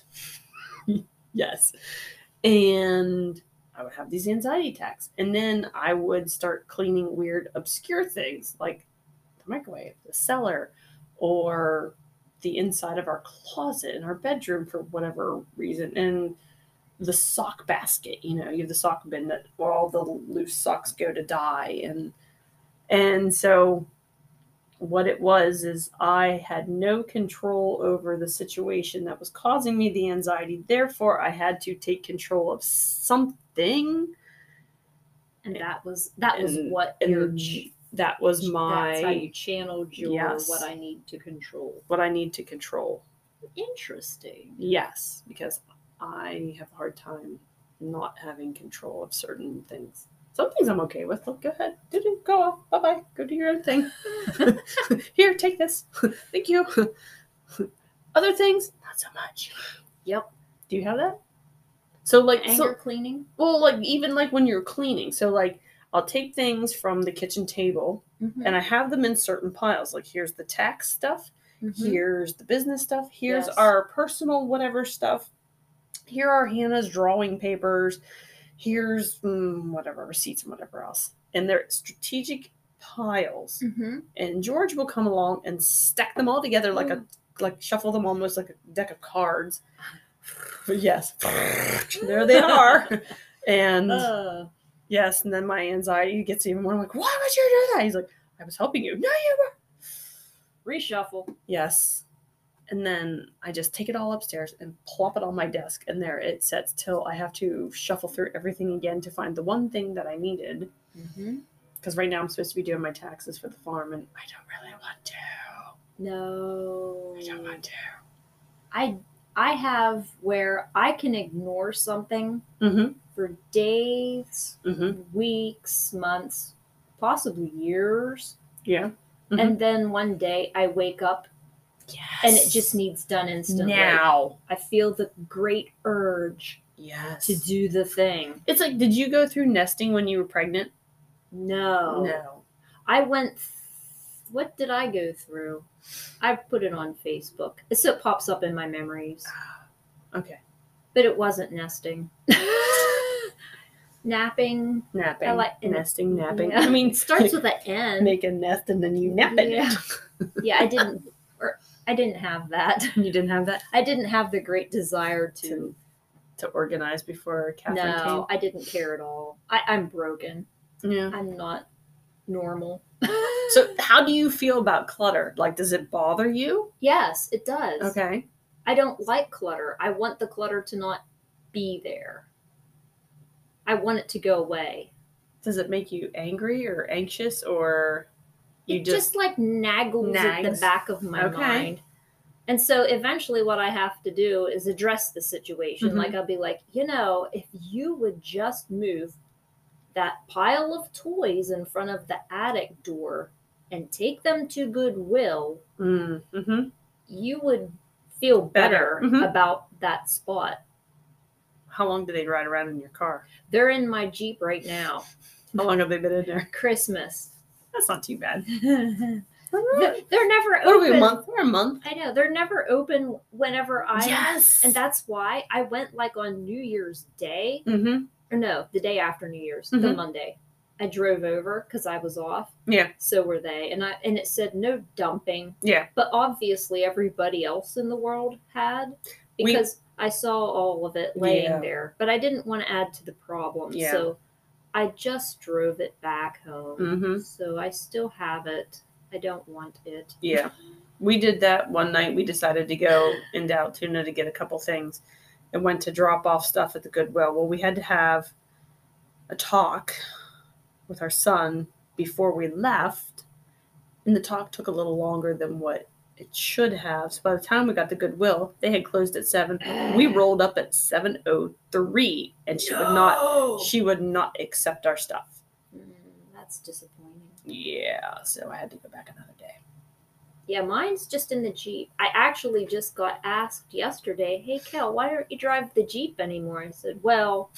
yes. And I would have these anxiety attacks. And then I would start cleaning weird, obscure things like the microwave, the cellar, or the inside of our closet in our bedroom for whatever reason. And the sock basket. You know, you have the sock bin that where all the loose socks go to die, and and so what it was is I had no control over the situation that was causing me the anxiety. Therefore, I had to take control of something, And that was that was And- what your and that was that's how you my channeled your Yes. what I need to control. what I need to control. Interesting. Yes, because I have a hard time not having control of certain things. Some things I'm okay with. Look, go ahead, do do, go off, bye bye, go do your own thing. Here, take this. Thank you. Other things, not so much. Yep. Do you have that? So like, Anger so, cleaning. well, like even like when you're cleaning. So like, I'll take things from the kitchen table Mhm. and I have them in certain piles. Like here's the tax stuff, Mhm. here's the business stuff here's Yes. our personal whatever stuff here are hannah's drawing papers here's mm, whatever receipts and whatever else and they're strategic piles Mhm. and george will come along and stack them all together like a Mm. like shuffle them almost like a deck of cards but yes there they are and Uh, yes and then my anxiety gets even more I'm like why would you do that he's like i was helping you no you were reshuffle. Yes. And then I just take it all upstairs and plop it on my desk, and there it sits till I have to shuffle through everything again to find the one thing that I needed. Because right now I'm supposed to be doing my taxes for the farm, and I don't really want to. No. I don't want to. I I have where I can ignore something Mm for days, hmm. Mm hmm. weeks, months, possibly years, Yeah. Mhm. and then one day I wake up Yes. and it just needs done instantly. now. I feel the great urge Yes. to do the thing. It's like, did you go through nesting when you were pregnant? Oh. No. No. I went. What did I go through? I put it on Facebook. So it pops up in my memories, Okay. but it wasn't nesting. napping. Napping. I like- nesting, napping. Yeah. I mean, It starts with an and N. make a nest and then you nap in Yeah. it. Yeah, I didn't or I didn't have that. You didn't have that I didn't have the great desire to to to organize before Catherine No, I didn't care at all. I, I'm broken. came. Yeah. I'm not normal. So how do you feel about clutter? Like, does it bother you? yes, it does. Okay. I don't like clutter. I want the clutter to not be there. I want it to go away. Does it make you angry or anxious or you it just, just, like naggles at the Nags. back of my Okay. mind. And so eventually what I have to do is address the situation. Mhm. Like I'll be like, you know, if you would just move that pile of toys in front of the attic door and take them to Goodwill, mm, hmm you would feel better, Better. Mhm. about that spot. How long do they ride around in your car? They're in my Jeep right now. How long have they been in there? Christmas. That's not too bad. they're What they're never are we, open. a month? We're a month. I know they're never open whenever I yes. And that's why I went like on New Year's Day, Mm-hmm. or no, the day after New Year's, the Mhm. Monday. I drove over because I was off. Yeah. So were they, and I and it said no dumping. Yeah. But obviously, everybody else in the world had We- because I saw all of it laying Yeah. there. But I didn't want to add to the problem, Yeah. so I just drove it back home. Mm-hmm. So I still have it. I don't want it. Yeah. We did that one night. We decided to go in Altoona to get a couple things and went to drop off stuff at the Goodwill. Well, we had to have a talk with our son before we left. And the talk took a little longer than what it should have. So by the time we got to Goodwill, they had closed at seven. We rolled up at seven oh three and she would not she would not accept our stuff. Mm, that's disappointing. Yeah. So I had to go back another day. Yeah, mine's just in the Jeep. I actually just got asked yesterday, hey, Kel, why don't you drive the Jeep anymore? I said, well,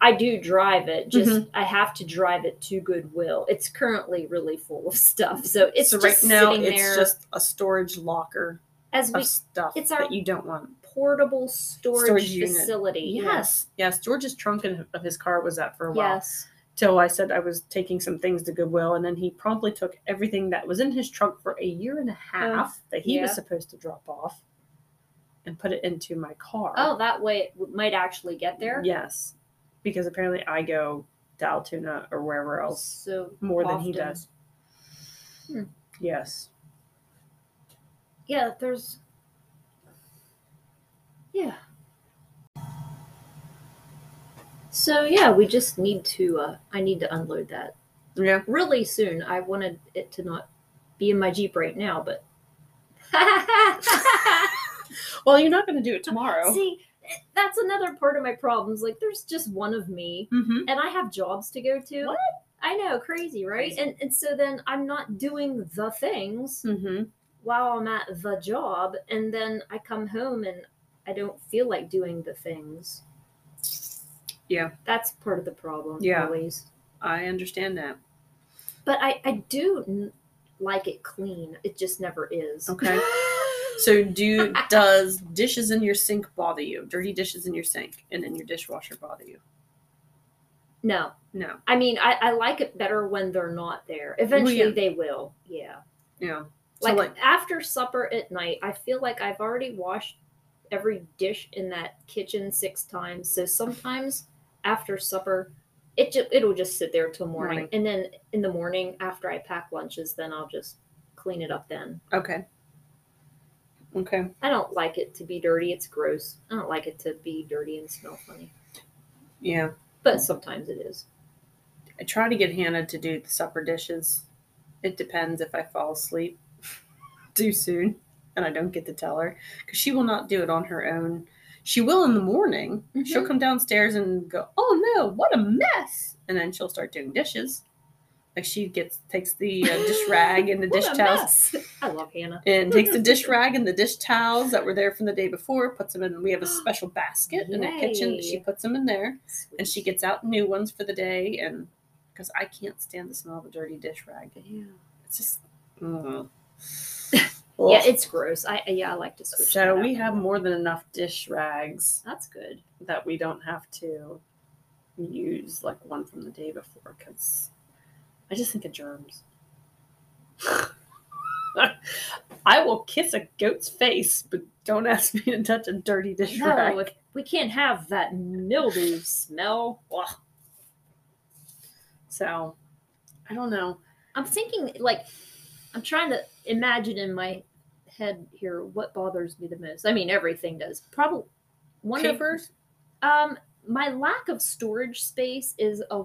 I do drive it, just Mm-hmm. I have to drive it to Goodwill. It's currently really full of stuff. So it's so just right now sitting it's there just a storage locker as we of stuff it's our- that you don't want. portable storage, Storage unit. facility. Yes, George's trunk in, of his car was that for a Yeah. while. Yes. Till I said I was taking some things to Goodwill, and then he promptly took everything that was in his trunk for a year and a half that he Oh, yeah. was supposed to drop off and put it into my car. Oh, that way it w- might actually get there. Yes. Because apparently I go to Altoona or wherever else So more than he often. does. Hmm. Yes. Yeah, there's. Yeah. So yeah, we just need to. Uh, I need to unload that Yeah. really soon. I wanted it to not be in my jeep right now, but. Well, you're not going to do it tomorrow. See, that's another part of my problems. Like, there's just one of me, Mm-hmm. and I have jobs to go to. What? I know, crazy, right? Crazy. And and so then I'm not doing the things Mm-hmm. while I'm at the job, and then I come home and I don't feel like doing the things. Yeah. That's part of the problem, Yeah. always. I understand that. But I, I do n- like it clean. It just never is. Okay. So do does dishes in your sink bother you? Dirty dishes in your sink and in your dishwasher bother you? No. No. I mean, I, I like it better when they're not there. Eventually yeah. they will. Yeah. Yeah. So Like, like, after supper at night, I feel like I've already washed every dish in that kitchen six times. So sometimes after supper, it ju- it'll just sit there till morning, Morning. and then in the morning after I pack lunches, then I'll just clean it up. Then okay. Okay. I don't like it to be dirty. It's gross. I don't like it to be dirty and smell funny. Yeah. But sometimes it is. I try to get Hannah to do the supper dishes. It depends if I fall asleep too soon and I don't get to tell her because she will not do it on her own. She will in the morning. Mm-hmm. She'll come downstairs and go, "Oh no, what a mess!" And then she'll start doing dishes. Like she gets takes the uh, dish rag and the What dish a towels mess. I love Hannah. and takes the dish rag and the dish towels that were there from the day before, puts them in. We have a special basket in the kitchen. that She Yay. puts them in there, Sweet. and she gets out new ones for the day. And because I can't stand the smell of a dirty dish rag, Yeah. it's just. mm. Yeah, Ugh. it's gross. I yeah, I like to switch. so that we up. have more than enough dish rags That's good. that we don't have to use like one from the day before because I just think of germs. I will kiss a goat's face, but don't ask me to touch a dirty dish No, rag. if we can't have that mildew smell. Ugh. So I don't know. I'm thinking like I'm trying to imagine in my head here what bothers me the most. I mean, everything does. Probably one of Papers? um my lack of storage space is a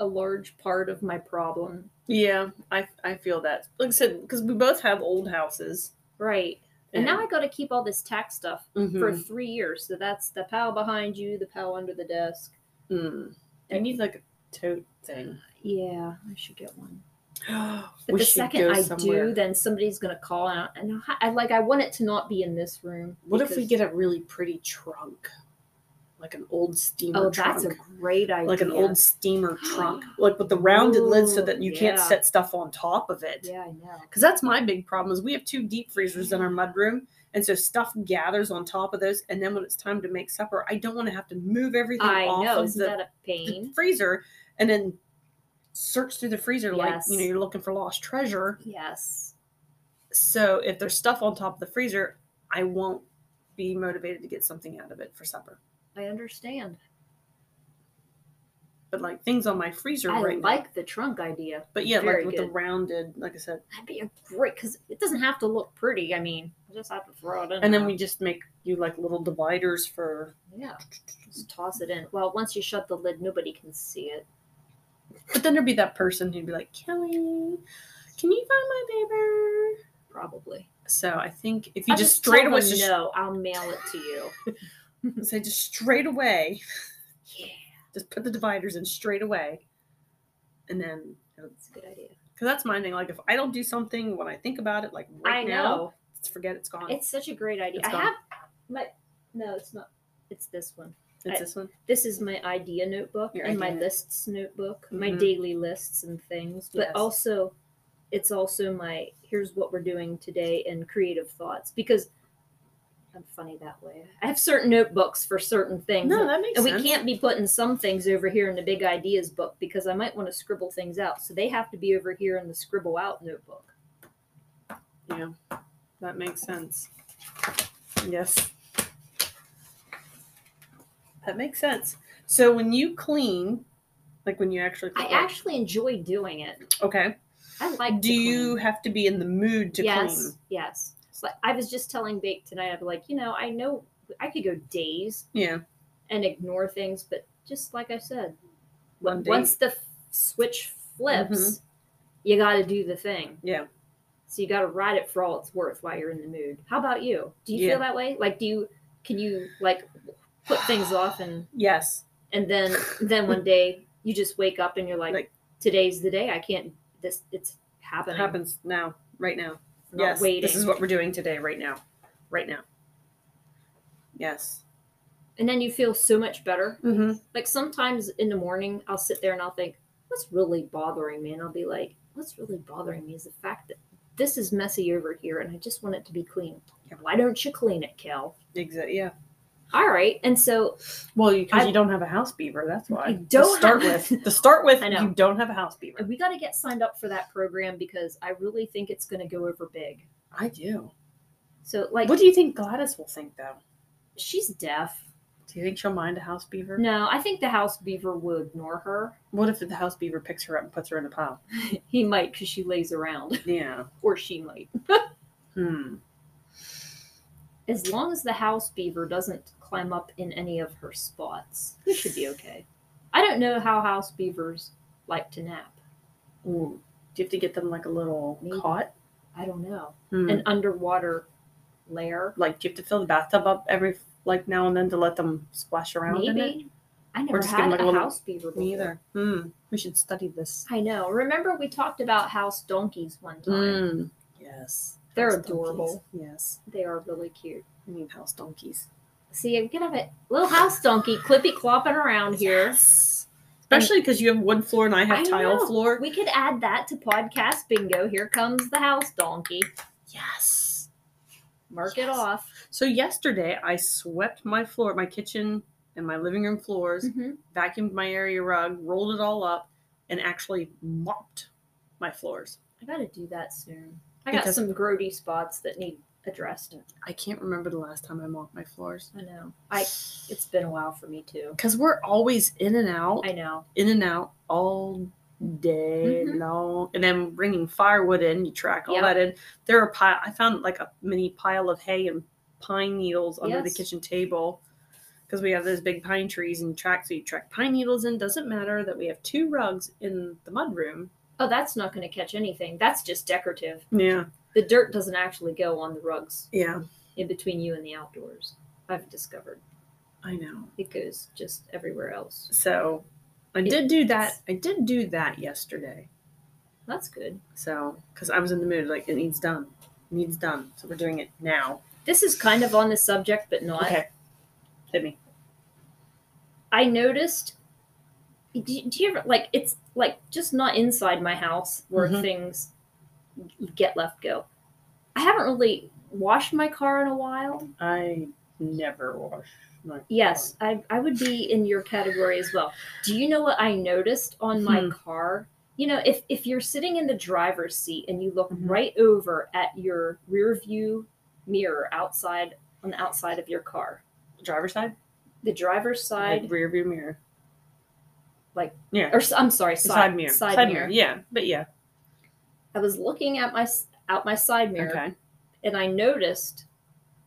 a large part of my problem. Yeah, I I feel that. Like I said, because we both have old houses. Right. And now I got to keep all this tax stuff Mhm. for three years. So that's the pal behind you, the pal under the desk. Mm. I need like a tote thing. Yeah, I should get one. But We the should second go I somewhere. do, then somebody's gonna call and I, and I, I like I want it to not be in this room. What if we because- get a really pretty trunk? Like an old steamer Oh, trunk. that's a great idea. like an old steamer trunk. Like with the rounded lid so Ooh, that you can't yeah. set stuff on top of it. Yeah, I know. Cause that's my big problem is we have two deep freezers in our mudroom. And so stuff gathers on top of those. And then when it's time to make supper, I don't want to have to move everything I off know. of Isn't the that a the pain? freezer and then search through the freezer like you know Yes. you're looking for lost treasure Yes. so if there's stuff on top of the freezer i won't be motivated to get something out of it for supper I understand. but like things on my freezer I right now like the trunk idea. but yeah like very with the good. rounded like i said That'd be a great because it doesn't have to look pretty. I mean, I just have to throw it in. and then there. we just make you like little dividers for yeah, just toss it in. Well, once you shut the lid, nobody can see it. but then there'd be that person who'd be like kelly can you find my paper Probably. so i think if you I'll just tell straight away them, just No, I'll mail it to you. say just straight away yeah, just put the dividers in straight away and then that's a good idea. because that's my thing like if i don't do something when i think about it like I right now know. just forget it's gone it's, It's such a great idea. It's I gone. have my. No, it's not. It's this one. I- this one this is my idea notebook Your and my idea. lists notebook, my Mhm. daily lists and things, but Yes. also it's also my here's what we're doing today and creative thoughts because I'm funny that way. I have certain notebooks for certain things. no and- that makes and we sense can't be putting some things over here in the big ideas book because I might want to scribble things out. So they have to be over here in the scribble out notebook. that makes sense yes that makes sense so when you clean like when you actually I clean, actually enjoy doing it. okay I like do to you clean. have to be in the mood to yes, clean Yes. But I was just telling Bake tonight, I'm like, you know, I know I could go days yeah and ignore things, but just like I said, one day Mm-hmm. once the f- switch flips, you got to do the thing. Yeah. So you got to ride it for all it's worth while you're in the mood. How about you? Do you Yeah. feel that way? Like, do you, can you, like, put things off and, yes and then, then one day you just wake up and you're like, Like- today's the day. I can't, this, it's happening. happens now right now I'm not yes, waiting. this is what we're doing today, right now, right now. Yes. and then you feel so much better. Mm-hmm. like sometimes in the morning i'll sit there and i'll think what's really bothering me and i'll be like what's really bothering me is the fact that this is messy over here and i just want it to be clean Yeah. why don't you clean it kel Exactly. Yeah. all right and so Well, because I- you don't have a house beaver, that's why. I To don't start have- with. To start with, I know. you don't have a house beaver. uh, we got to get signed up for that program because i really think it's going to go over big I do. so like what do you think Gladys will think, though? she's deaf Do you think she'll mind a house beaver? no i think the house beaver will ignore her What if the house beaver picks her up and puts her in a pile? he might because she lays around Yeah. or she might Hmm. as long as the house beaver doesn't climb up in any of her spots, we should be okay. I don't know how house beavers like to nap. Ooh. Do you have to get them like a little Maybe. cot? I don't know. Hmm. An underwater lair, like, do you have to fill the bathtub up every like now and then to let them splash around? in it? maybe. I never just give had them, like, a a little- house beaver before. Me either. Hmm. We should study this. I know. Remember we talked about house donkeys one time. Mm. Yes. They're House donkeys. adorable. Yes. They are really cute. I need house donkeys. See, I'm gonna have a little house donkey clippy clopping around here. Especially because you have wood floor and I have I tile know. floor. We could add that to podcast bingo. Here comes the house donkey. Yes. Mark it Yes. off. So yesterday I swept my floor, my kitchen and my living room floors, Mhm. vacuumed my area rug, rolled it all up, and actually mopped my floors. I gotta do that soon. I got Because- some grody spots that need addressed. I can't remember the last time I mopped my floors. I know. I it's been a while for me too. Because we're always in and out, I know. in and out all day Mm-hmm. Mhm. long. And then bringing firewood in, you track all Yep. that in. There are pile, I found like a mini pile of hay and pine needles under the Yes. kitchen table. Because we have those big pine trees and track, so you track pine needles in. Doesn't matter that we have two rugs in the mud room. Oh, that's not going to catch anything. That's just decorative. Yeah, The dirt doesn't actually go on the rugs yeah, in between you and the outdoors. I've discovered I know. it goes just everywhere else. So I It- did do that. I did do that yesterday. That's good. So because I was in the mood, like it needs done, It needs done. So we're doing it now. This is kind of on the subject, but not. hit me. I noticed. Do, do you ever like it's like just not inside my house where Mhm. things you get left go. I haven't really washed my car in a while. I never wash my. Yes, I, I would be in your category as well. Do you know what I noticed on my Hmm. car? You know, if, if you're sitting in the driver's seat and you look Mhm. right over at your rear view mirror outside on the outside of your car, driver's side, the driver's like side, rear view mirror, Like- yeah, or s- I'm sorry, side, side, mirror, Side, mirror. yeah, but yeah, I was looking at my s- out my side mirror okay, and I noticed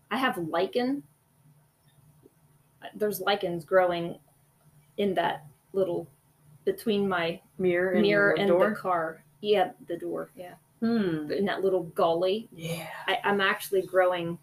I have lichen. There's lichens growing in that little between my mirror and mirror the and door. the car. Yeah, the door. Yeah, Hmm. in that little gully. Yeah. I, I'm actually growing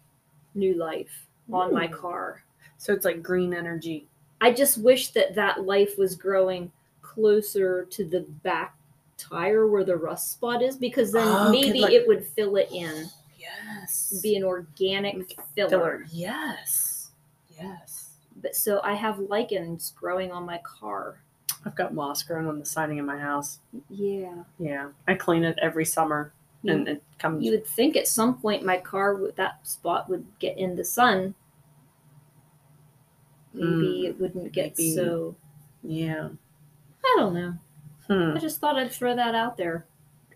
new life on my Ooh. car. So it's like green energy. I just wish that that life was growing closer to the back tire where the rust spot is, because then Oh, okay, maybe like- it would fill it in, Yes. be an organic filler. filler. Yes. Yes. But so I have lichens growing on my car. I've got moss growing on the siding of my house. Yeah. Yeah, I clean it every summer, and it comes. You would think at some point my car would that spot would get in the sun. Hmm. Maybe it wouldn't get maybe. so. yeah. I don't know. Hmm. I just thought I'd throw that out there.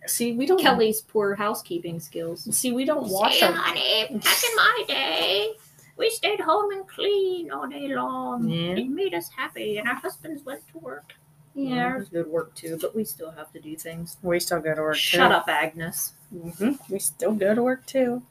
See, we don't. Kelly's poor housekeeping skills. See, we don't wash Say, our. honey, back in my day, we stayed home and clean all day long. Yeah. It made us happy, and our husbands went to work. Yeah, ours good work too, but we still have to do things. We still go to work. Shut too. up, Agnes. Mhm. We still go to work too.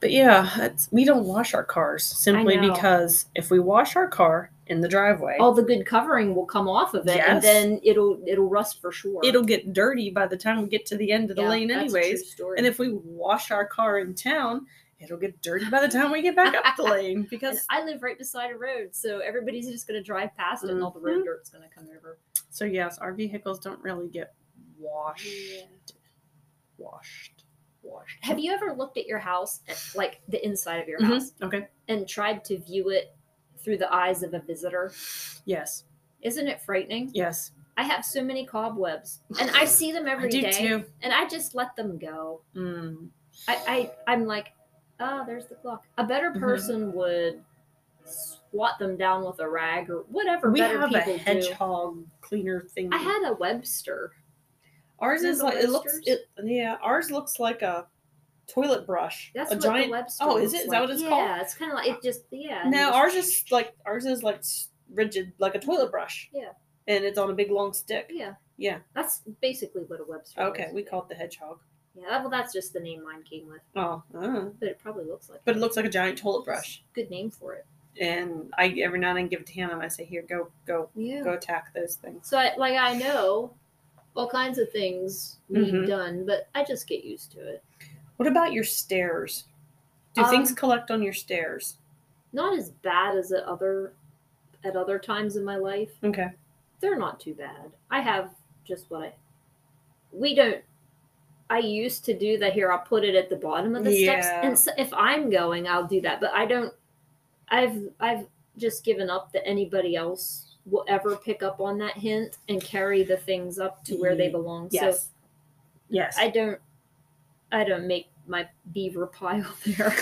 But yeah, it's, we don't wash our cars simply know. because if we wash our car in the driveway, All the good covering will come off of it, Yes. and then it'll it'll rust for sure. it'll get dirty by the time we get to the end of the Yeah, lane, that's a anyways. true story. And if we wash our car in town, it'll get dirty by the time we get back up the lane And because I live right beside a road, so everybody's just gonna drive past it, and all the road Mhm. dirt's gonna come over. So yes, our vehicles don't really get washed, washed, washed. Have you ever looked at your house, at, like the inside of your Mhm. house, Okay. and tried to view it through the eyes of a visitor? Yes. Isn't it frightening? Yes. I have so many cobwebs, and I see them every I day, do too. and I just let them go. Mm. I, I I'm like, oh, there's the clock. A better Mhm. person would swat them down with a rag or whatever We better have a people do. hedgehog cleaner thing. I had a Webster. ours is remember like it looks. Webster's? It, yeah, ours looks like a toilet brush. That's a what the giant. Webster. oh, is looks it? Is that like. what it's yeah, called? it's kind of like it just yeah. and you no, just- ours is like ours is like s- rigid, like a toilet brush. Yeah. And it's on a big long stick. Yeah, Yeah. that's basically what a Webster. Okay, is. we call it the hedgehog. Yeah, that- well, that's just the name mine came with, Oh. uh, but it probably looks like. But it looks like a giant toilet brush. Good name for it. and I every now and then give it to Hannah and I say, "Here, go, go, Yeah. go, attack those things." So I like I know all kinds of things need Mhm. done, but I just get used to it. What about your stairs? Do Um, things collect on your stairs? Not as bad as at other at other times in my life. Okay. They're not too bad. I have just what I we don't I used to do that here. I'll put it at the bottom of the steps. Yeah. And so if I'm going, I'll do that. But I don't I've I've just given up that anybody else will ever pick up on that hint and carry the things up to where they Ye- belong. So Mm-hmm. Yes. yes. I don't I don't make my beaver pile there.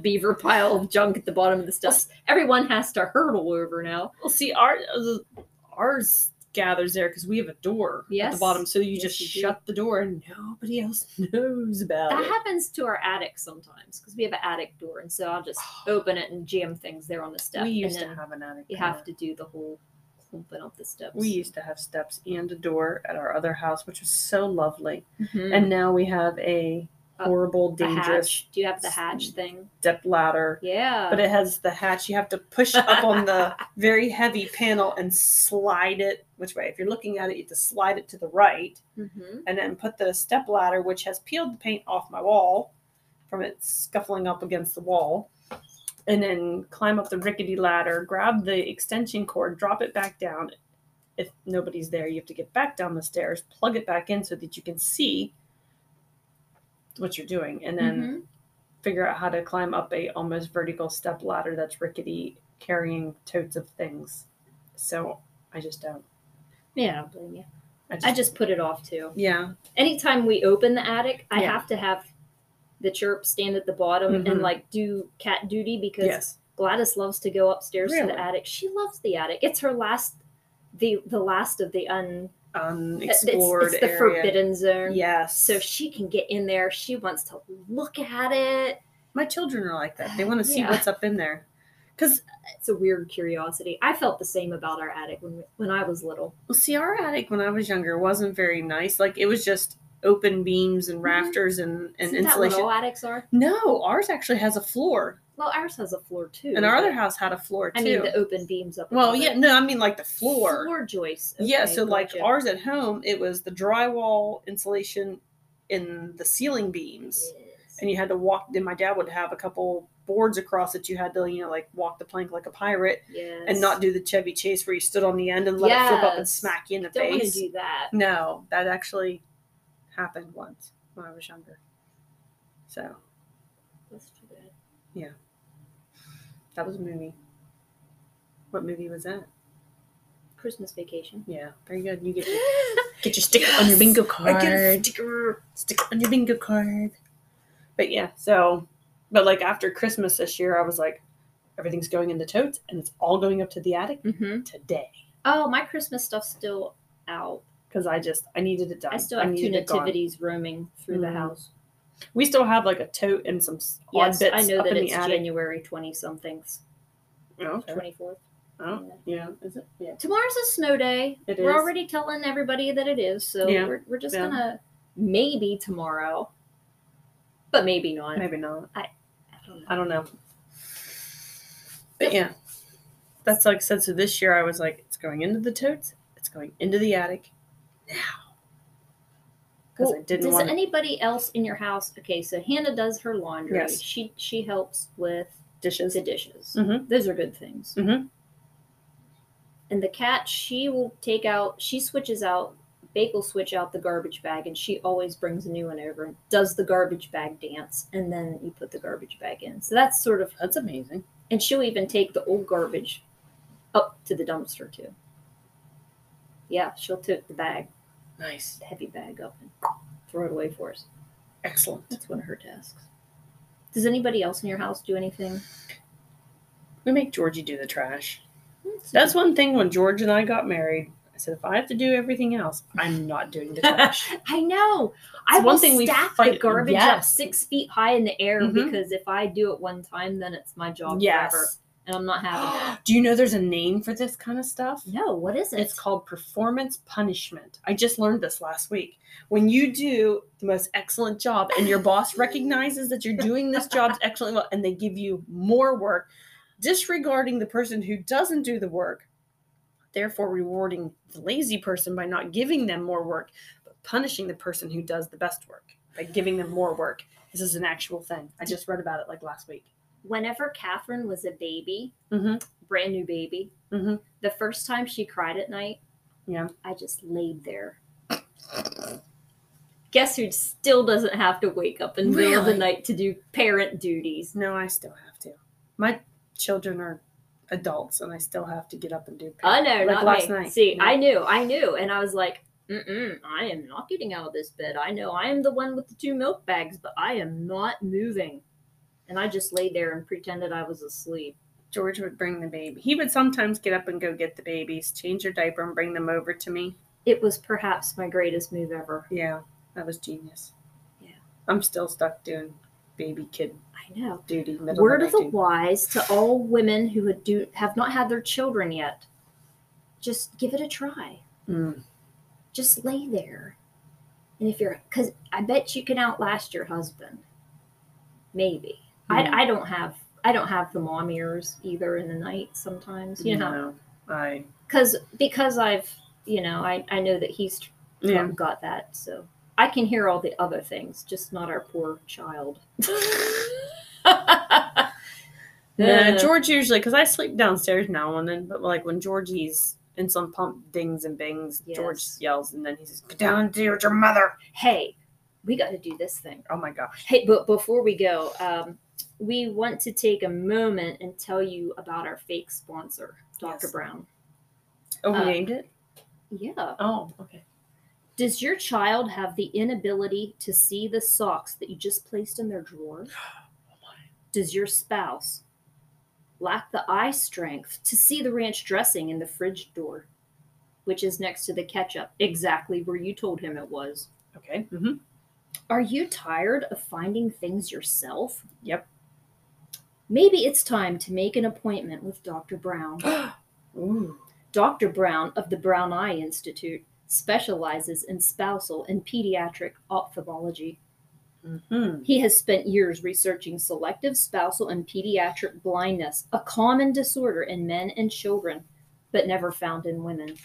beaver pile of junk at the bottom of the steps. Everyone has to hurdle over now. Well, see, our uh, ours gathers there because we have a door at Yes. the bottom, so you Yes, just you do. shut the door and nobody else knows about That it. happens to our attic sometimes because we have an attic door, and so I'll just open it and jam things there on the step. we used and to then have an attic. you door. have to do the whole clumping up the steps. We used to have steps and a door at our other house, which was so lovely. Mhm. And now we have a Uh, horrible, the dangerous hatch. Do you have the hatch thing? step ladder. Yeah. But it has the hatch. You have to push up on the very heavy panel and slide it. Which way? If you're looking at it, you have to slide it to the right. hmm and then put the step ladder, which has peeled the paint off my wall from it scuffling up against the wall, and then climb up the rickety ladder, grab the extension cord, drop it back down. If nobody's there, you have to get back down the stairs, plug it back in so that you can see what you're doing, and then Mm-hmm. figure out how to climb up a almost vertical step ladder that's rickety, carrying totes of things. So I just don't. Yeah, I don't blame you. I just, I just put it off too. yeah. Anytime we open the attic, I Yeah. have to have the chirp stand at the bottom Mhm. and like do cat duty because Yes. Gladys loves to go upstairs to Really? the attic. She loves the attic. It's her last, the the last of the un it's- Unexplored It's, the um, area. forbidden zone. Yes. So she can get in there. She wants to look at it. my children are like that. They want to see Yeah. what's up in there. Cause It's a weird curiosity. I felt the same about our attic when when I was little. well, see, our attic when I was younger wasn't very nice. Like it was just open beams and rafters and and Mm-hmm. Isn't that what insulation. all attics are? No, ours actually has a floor, Well, ours has a floor too. and our but- other house had a floor too. I mean, the open beams up. well, above yeah, it. no, I mean like the floor. floor joists. yeah, Okay, so like gotcha. ours at home, it was the drywall insulation in the ceiling beams. Yes. and you had to walk then my dad would have a couple boards across that you had to you know like walk the plank like a pirate and not do the chevy chase where you stood on the end and let it flip up and Yes. smack you in the Don't want to face do that. no that actually happened once when i was younger so That's too bad. that was a movie what movie was that Christmas vacation. yeah very good you get your, I get your sticker on your Yes! bingo get a card sticker. stick on your bingo card. But yeah, so but like after Christmas this year, I was like, everything's going in the totes and it's all going up to the attic Mm-hmm. today Oh, my Christmas stuff's still out. because I just I needed it done. I still have two needed it gone. nativities roaming through Mhm. the house. We still have like a tote and some s- odd Yes, bits I know up that in it's the attic. January twenty somethings, Oh, okay. twenty fourth. Oh, yeah. Is it? Yeah. Tomorrow's a snow day. It we're is. already telling everybody that it is, so Yeah. we're we're just Yeah. gonna maybe tomorrow, but maybe not. Maybe not. I don't know. I don't know. But yeah, that's like I said. So this year I was like, it's going into the totes. It's going into the attic now because I Well, didn't does want. anybody else in your house? Okay, so Hannah does her laundry. Yes. She she helps with dishes. the dishes. Mhm. Those are good things. Mhm. And the cat, she will take out. She switches out. Bake will switch out the garbage bag, and she always brings a new one over and does the garbage bag dance, and then you put the garbage bag in. So that's sort of. That's amazing. And she'll even take the old garbage up to the dumpster too. Yeah, she'll tote the bag, Nice. the heavy bag up, and throw it away for us. Excellent. That's one of her tasks. Does anybody else in your house do anything? We make Georgie do the trash. That's one thing when George and I got married. I said, if I have to do everything else, I'm not doing the trash. I know. I It's one will thing we stack the fight- garbage up yes. six feet high in the air Mhm. because if I do it one time, then it's my job forever, yes. and I'm not having that. do you know there's a name for this kind of stuff? No, what is it? It's called performance punishment. I just learned this last week. When you do the most excellent job and your boss recognizes that you're doing this job excellently well and they give you more work, disregarding the person who doesn't do the work, therefore rewarding the lazy person by not giving them more work, but punishing the person who does the best work by giving them more work. This is an actual thing. I just read about it like last week. Whenever Catherine was a baby, Mhm. brand new baby, Mhm. the first time she cried at night, Yeah. I just laid there. Guess who still doesn't have to wake up in the middle of the Really? night to do parent duties? No, I still have to. My children are adults, and I still have to get up and do. Oh no, like not last me. night. See, Yeah. I knew, I knew, and I was like, Mm-mm, I am not getting out of this bed. I know I am the one with the two milk bags, but I am not moving. and I just lay there and pretended I was asleep. George would bring the baby. He would sometimes get up and go get the babies, change their diaper, and bring them over to me. It was perhaps my greatest move ever. Yeah, that was genius. Yeah. I'm still stuck doing baby kid I know. duty. Middle Word of the nineteen- wise to all women who would do have not had their children yet. Just give it a try. Mm. Just lay there. And if you're cuz I bet you can outlast your husband. Maybe. Mm. I I don't have I don't have the mom ears either in the night sometimes, you know. No, I Cuz because I've, you know, I I know that he's yeah. um, got that. So I can hear all the other things, just not our poor child. Nah, George usually because I sleep downstairs now and then, but like when Georgie's in some pump dings and bings, George Yes. yells and then he says, "Get down to your mother." hey, we got to do this thing. Oh my gosh. Hey, but before we go, um, we want to take a moment and tell you about our fake sponsor, Dr. Yes. Brown. Oh, we Uh, named it. Yeah. Oh, okay. Does your child have the inability to see the socks that you just placed in their drawer? Does your spouse lack the eye strength to see the ranch dressing in the fridge door, which is next to the ketchup, exactly where you told him it was? Okay. hmm Are you tired of finding things yourself? Yep. Maybe it's time to make an appointment with Dr. Brown. Ooh. Dr. Brown of the Brown Eye Institute specializes in spousal and pediatric ophthalmology. Mm-hmm. He has spent years researching selective spousal and pediatric blindness, a common disorder in men and children, but never found in women.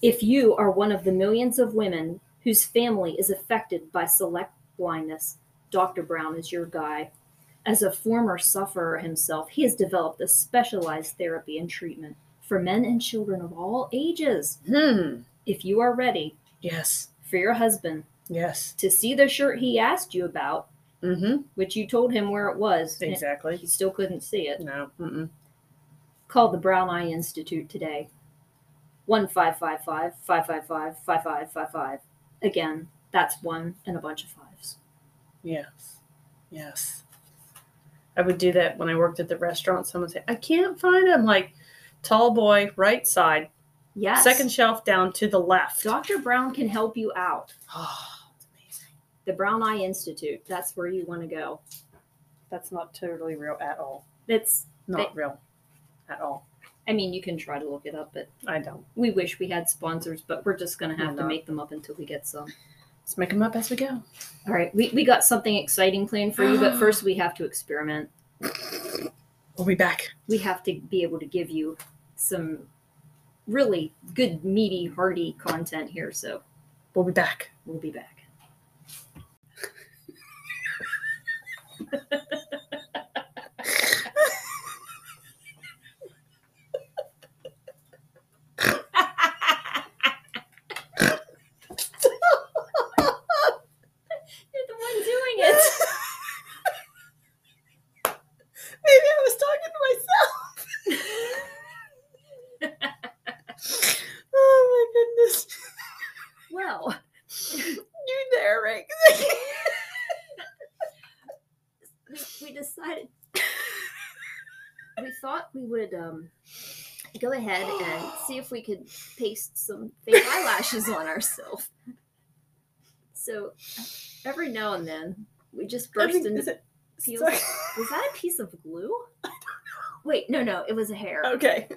If you are one of the millions of women whose family is affected by select blindness, Dr. Brown is your guy. As a former sufferer himself, he has developed a specialized therapy and treatment for men and children of all ages. Hmm. If you are ready Yes. for your husband Yes. to see the shirt he asked you about, Mm-hmm. which you told him where it was. and Exactly. He still couldn't see it. No. Mm-mm. Call the Brown Eye Institute today. 1-555-555-5555. Again, that's one and a bunch of fives. Yes. Yes. I would do that when I worked at the restaurant. Someone would say, I can't find him. Like, tall boy, right side, Yes. second shelf down to the left. Dr. Brown can help you out. Oh, it's amazing. The Brown Eye Institute, that's where you want to go. That's not totally real at all. That's Not real at all. I mean, you can try to look it up, but I don't. we wish we had sponsors, but we're just going to have We're to not. make them up until we get some. Let's make them up as we go. All right, we, we got something exciting planned for you, but first we have to experiment. We'll be back. we have to be able to give you some really good meaty hearty content here so We'll be back. we'll be back You're the one doing Maybe it. I was talking to myself. oh my goodness. Well, You're there, right? we decided we thought we would um go ahead and see if we could paste some fake eyelashes on ourselves. So every now and then we just burst Everything- into is it- feels- sorry. was that a piece of glue? Wait, no, no, it was a hair. Okay.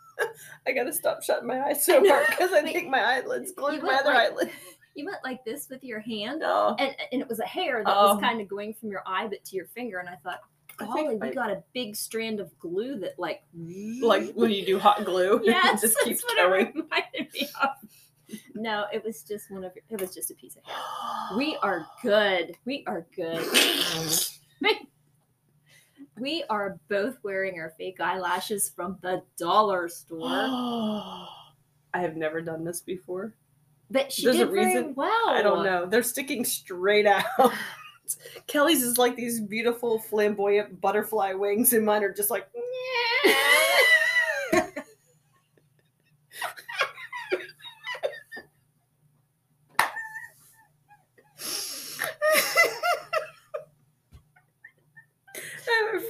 I gotta stop shutting my eyes so hard because I Wait. think my eyelids glued You my went other like- eyelid. You went like this with your hand, No. and and it was a hair that Oh. was kind of going from your eye but to your finger, and I thought, I think Golly, I- we got a big strand of glue that like Like when you do hot glue, yes, it just keeps that's what going. it reminded me of. No, it was just one of your, it was just a piece of hair. We are good. We are good. we are both wearing our fake eyelashes from the dollar store. I have never done this before. But she There's a did very reason- well. I don't know. They're sticking straight out. Kelly's is like these beautiful flamboyant butterfly wings, and mine are just like.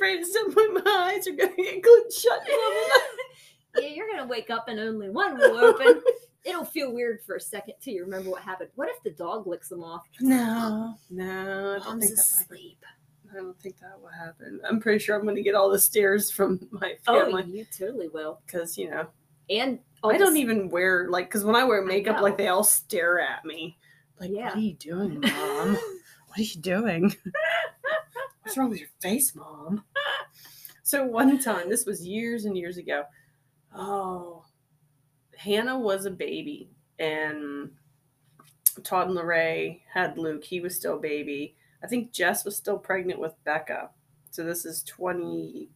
you're gonna get glued shut. in the oven. yeah, you're gonna wake up and only one will open. It'll feel weird for a second till you remember what happened. What if the dog licks them off? No, no, I don't Mom's think that. might- asleep. I don't think that will happen. I'm pretty sure I'm going to get all the stares from my Oh, family you totally will. because you know And all I this- don't even wear like because when I wear makeup, like know. they all stare at me. Like, Yeah. what are you doing, mom? what are you doing? What's wrong with your face, mom? So one time, this was years and years ago. Oh, Hannah was a baby, and Todd and Lorray had Luke. He was still a baby. I think Jess was still pregnant with Becca. So this is 20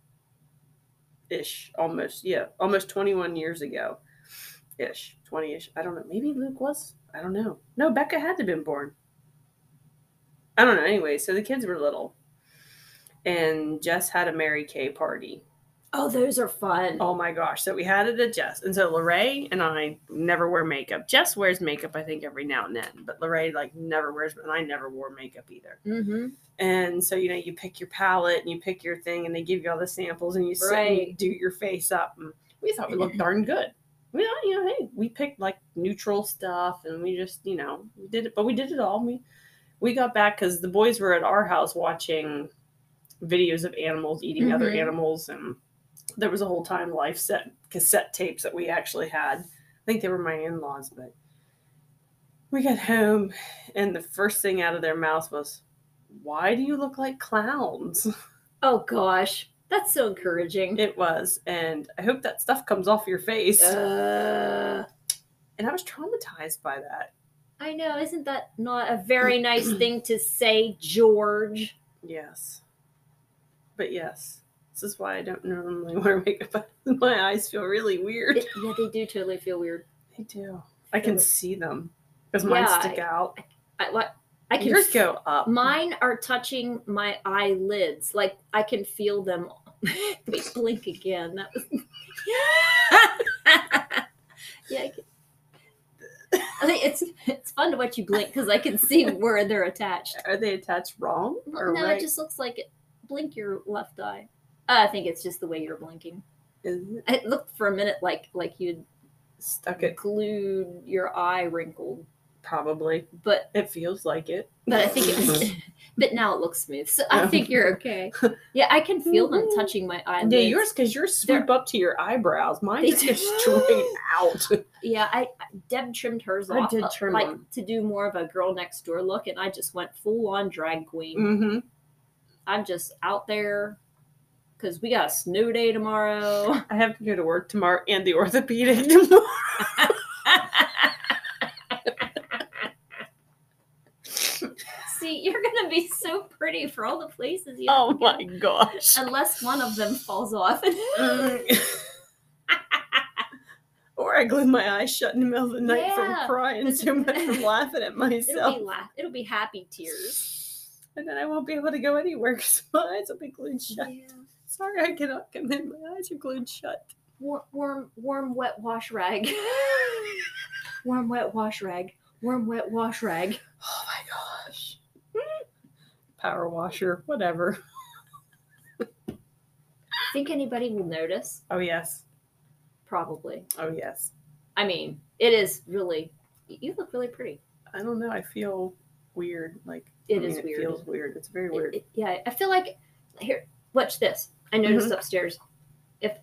ish, almost. Yeah, almost 21 years ago ish. 20 ish. I don't know. Maybe Luke was. I don't know. No, Becca had to been born. I don't know. Anyway, so the kids were little. And Jess had a Mary Kay party. Oh, those are fun. Oh my gosh. So we had it at Jess. And so Lorray and I never wear makeup. Jess wears makeup, I think, every now and then. But Lorray, like, never wears, and I never wore makeup either. Mm-hmm. And so, you know, you pick your palette and you pick your thing and they give you all the samples and you sit and you Right. do your face up. And we thought we looked darn good. We, thought, you know, hey, we picked like neutral stuff and we just, you know, we did it, but we did it all. We, we got back because the boys were at our house watching videos of animals eating other Mhm. animals. And there was a whole time life set cassette tapes that we actually had. I think they were my in laws, but we got home and the first thing out of their mouth was, Why do you look like clowns? Oh gosh, that's so encouraging. It was. And I hope that stuff comes off your face. Uh, and I was traumatized by that. I know, isn't that not a very nice thing to say, George? Yes. But yes, this is why I don't normally wear makeup. my eyes feel really weird. It- yeah, they do totally feel weird. they do. I can Feel it. see them because mine Yeah, stick out. I like. I can Yours go up. Mine are touching my eyelids. Like I can feel them. Wait, blink again. That was. yeah. I, can... I think it's it's fun to watch you blink because I can see where they're attached. Are they attached wrong or no, right? it just looks like it. Blink your left eye. I think it's just the way you're blinking. Is it It looked for a minute like like you'd stuck it? glued your eye wrinkled, Probably. but It feels like it. but I think it was, but now it looks smooth. So I Yeah. think you're okay. Yeah, I can feel them touching my eyelids. Yeah, Mm-hmm. yours because yours sweep up to your eyebrows. Mine They just do. go straight out. Yeah, I Deb trimmed hers I off, did uh, trim like mine. to do more of a girl next door look, and I just went full on drag queen. Mm-hmm. I'm just out there because we got a snow day tomorrow. I have to go to work tomorrow and the orthopedic tomorrow. See, you're gonna be so pretty for all the places you. Oh my gosh. Unless one of them falls off. Mm, Um, or I glue my eyes shut in the middle of the night from Yeah. crying so much from laughing at It'll myself. be laugh. It'll be happy tears. And then I won't be able to go anywhere because my eyes will be glued shut. Sorry, I cannot come in. My eyes are glued shut. Warm, warm, warm, wet wash rag. warm, wet wash rag. Warm, wet wash rag. Oh my gosh. Power washer, whatever. Think anybody will notice? Oh yes. Probably. Oh yes. I mean, it is really. You look really pretty. I don't know. I feel weird. Like It I mean, is weird. It feels weird. It's very It- weird. Mm-hmm. it- yeah, I feel like here. Watch this. I noticed upstairs. If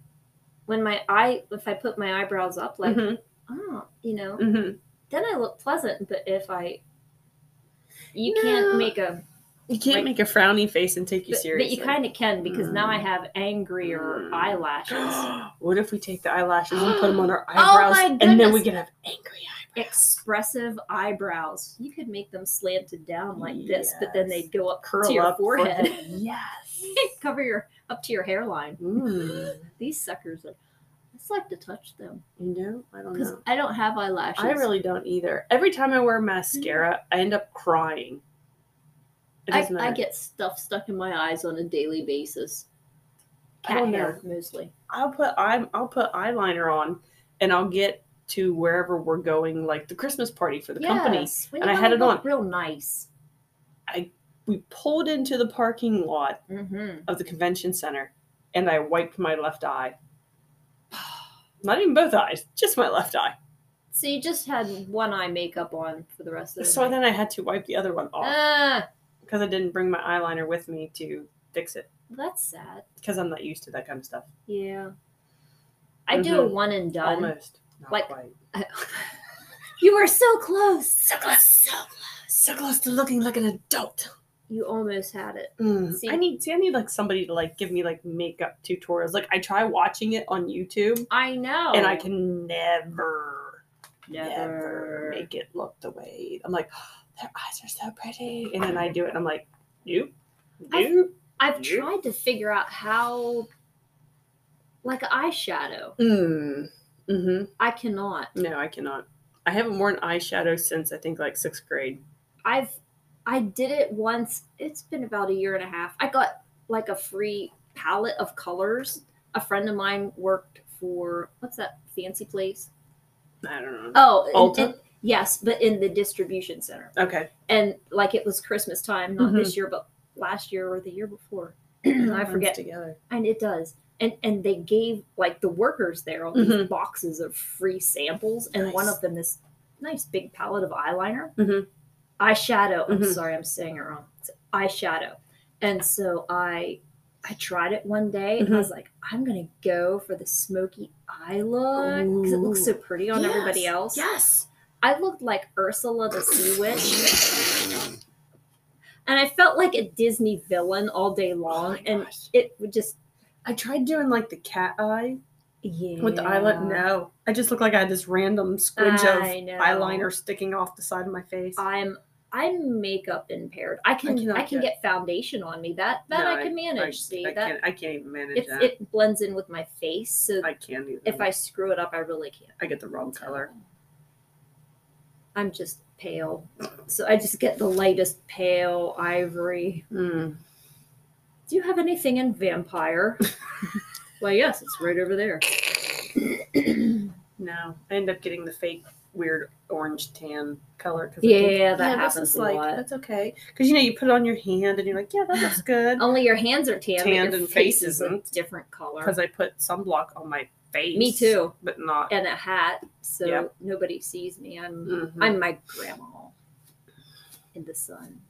when my eye, if I put my eyebrows up, like Mhm, oh, you know, mhm. then I look pleasant. But if I, you No. can't make a. You can't Like- make a frowny face and take you But, but seriously. you kind of can because now I Mm. have angrier Mm. eyelashes. what if we take the eyelashes and put them on our Oh eyebrows, my and then goodness. we can have angry Expressive eyebrows. You could make them slanted down like this, but then Yes. they'd go up curl to your up forehead. Yes. Cover your up to your hairline. Mm, These suckers are. I just like to touch them you know, I don't because know. I don't have eyelashes. Oh, I really don't either. Every time I Mm-hmm. wear mascara, I end up crying. It I, doesn't I matter. get stuff stuck in my eyes on a daily basis. I Cat don't hair mostly. I'll put I'm I'll put eyeliner on, and I'll get to wherever we're going, like the Christmas party for the company. Yes, when and you I had really it look on. Real nice. We pulled into the parking lot Mm-hmm. of the convention center, and I wiped my left eye. Not even both eyes, just my left eye. So you just had one eye makeup on for the rest of the So night. then I had to wipe the other one off Ah, because I didn't bring my eyeliner with me to fix it that's sad. because I'm not used to that kind of stuff. Yeah. I do a Mhm. one and done. Almost. Not Like- quite. you were so close. So so close. So close to looking like an adult. Mm. You almost had it. See- I need see I need like somebody to like give me like makeup tutorials. Like I try watching it on YouTube I know. and I can never, never never. make it look the way I'm like their eyes are so pretty and then I do it and I'm like you I- you I've You? tried to figure out how, like eyeshadow. mm. mhm I cannot. no I cannot I haven't worn eyeshadow since I think like 6th grade I've I did it once. It's been about a year and a half. I got like a free palette of colors. A friend of mine worked for what's that fancy place? I don't know Oh, in- Ulta? in- yes, but in the distribution center. okay And like it was Christmas time, not Mhm. this year, but last year or the year before. I Comes forget. together And it does. And and they gave like the workers there all these Mhm. boxes of free samples, and one Nice. of them this nice big palette of eyeliner, Mhm. eyeshadow. I'm Mhm. sorry, I'm saying it wrong. It's eyeshadow. And so I I tried it one day, Mm-hmm. and I was like, I'm gonna go for the smoky eye look 'cause it looks so pretty on everybody Yes. else. yes I looked like Ursula the Sea Witch. And I felt like a Disney villain all day long, Oh my and gosh. it would just I tried doing like the cat eye yeah. with the eyelid. No, I just looked like I had this random squidge I of know. eyeliner sticking off the side of my face. I'm I'm makeup impaired. I can cannot I, can get- get, foundation on me. That that No, I can manage. I, See I that can't. I can't even manage it, that. it blends in with my face. So I can't even. if I screw it up, I really can't. I get the wrong color. I'm just pale. So I just get the lightest pale ivory. Mm. Do you have anything in vampire? well, yes, it's right over there. No, I end up getting the fake weird orange tan color. 'cause I think, Yeah, that this happens is a like, lot. That's okay, because you know you put it on your hand and you're like, yeah, that looks good. Only your hands are tan, but Tanned your and face face is a isn't. different color. Because I put sunblock on my face. Me too. but not. and a hat, so Yep. nobody sees me. I'm Mhm. I'm my grandma in the sun.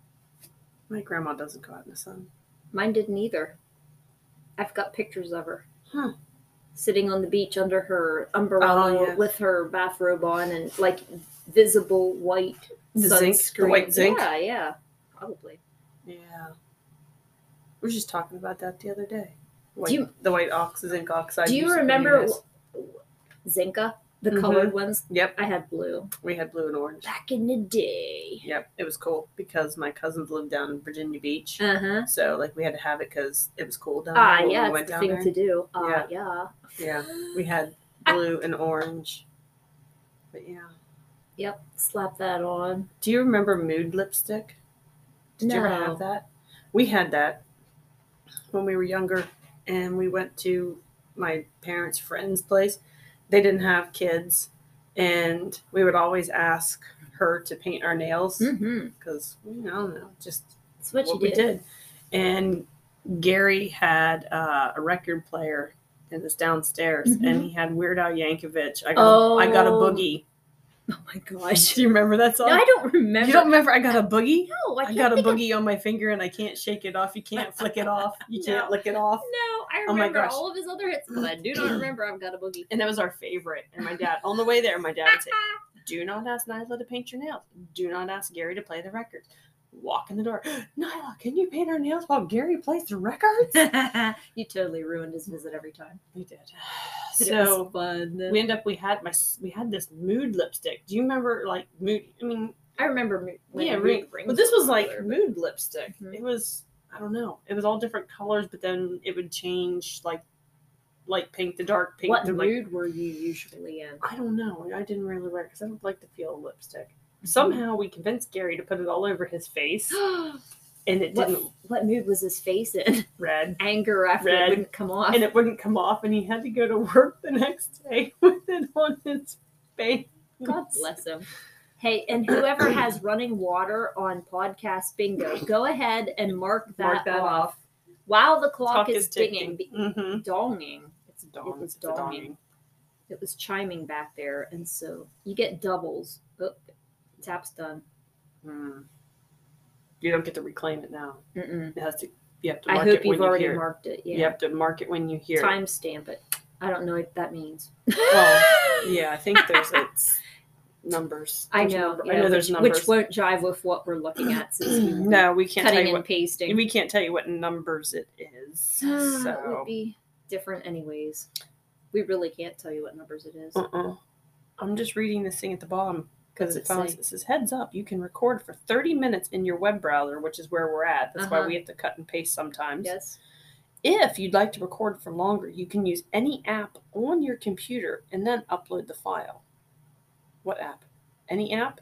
my grandma doesn't go out in the sun. Mine didn't either. I've got pictures of her Huh. sitting on the beach under her umbrella Oh, yeah. with her bathrobe on and like visible white The zinc, the sunscreen. white zinc. Yeah, yeah, probably. Yeah. We were just talking about that the other day. White, Do you- the white ox, zinc oxide. Do you used to be remember used. Zinca, the Mhm. colored ones? Yep, I had blue we had blue and orange. back in the day. Yep, it was cool because my cousins lived down in Virginia Beach. Uh huh. So, like, we had to have it because it was cool down Ah, there. when yeah, Uh-huh. Oh, we it's went the down thing there. to do. Ah, Yeah. yeah. Yeah, we had blue and orange. But yeah. Yep, slap that on. Do you remember mood lipstick? Did you ever have that? We had that when we were younger, and we went to my parents' friend's place. They didn't have kids, and we would always ask her to paint our nails Mm-hmm. because I don't know, just That's what, what you we did. And Gary had uh, a record player in this downstairs, and he had Weird Al Yankovic. I got, a, I got a Mm-hmm. Oh. boogie. Oh my gosh. Do you remember that No, song? I don't remember. you don't remember? I got a boogie. no, I, I can't got a think of- boogie on my finger and I can't shake it off. You can't flick it off. You No. can't lick it off. No, I Oh my remember gosh. all of his other hits, but I do not remember I've got a boogie. And that was our favorite. And my dad, on the way there, my dad would say, Do not ask Nyla to paint your nails. Do not ask Gary to play the records. Walk in the door. Nyla, can you paint our nails while Gary plays the records? you totally ruined his visit every time. We did. But it was So fun. we end up we had my s- we had this mood lipstick. Do you remember like mood? I mean, I remember mo- when yeah, the ring, rings but this was were like popular. mood lipstick. Mhm. It was I don't know. It was all different colors, but then it would change like light pink to dark pink what to mood like were you usually in? I don't know. I didn't really wear it because I don't like to feel lipstick. Mm-hmm. Somehow we convinced Gary to put it all over his face, and it what, didn't what mood was his face in? red, Anger after it Red. wouldn't come off. and it wouldn't come off. And he had to go to work the next day with it on his face. God bless him. Hey, and whoever has running water on podcast bingo, go ahead and mark that, Mark that off. off. While the clock Clock is, dinging, be- Mm-hmm. donging. It's, Dawn, It was it's a donging. dawning. It was chiming back there, and so you get doubles. Oh, tap's done. Mm. You don't get to reclaim it now. Mm-mm. It has to. You have to I mark hope it you've when you already hear. it. marked it. You Yeah. have to mark it when you hear. it. Time stamp it. I don't know what that means. Well, yeah, I think there's it's numbers. I There's know. number- yeah, I know there's which, numbers. Mm-hmm. Which won't jive with what we're looking at since we were no, we can't tell cutting you and what pasting. we can't tell you what numbers it is. It So would be different anyways. We really can't tell you what numbers it is. uh-uh. I'm just reading this thing at the bottom because does it it finally say? it says heads up. You can record for 30 minutes in your web browser, which is where we're at. That's why Uh-huh. we have to cut and paste sometimes. Yes. If you'd like to record for longer, you can use any app on your computer and then upload the file. What app? Any app?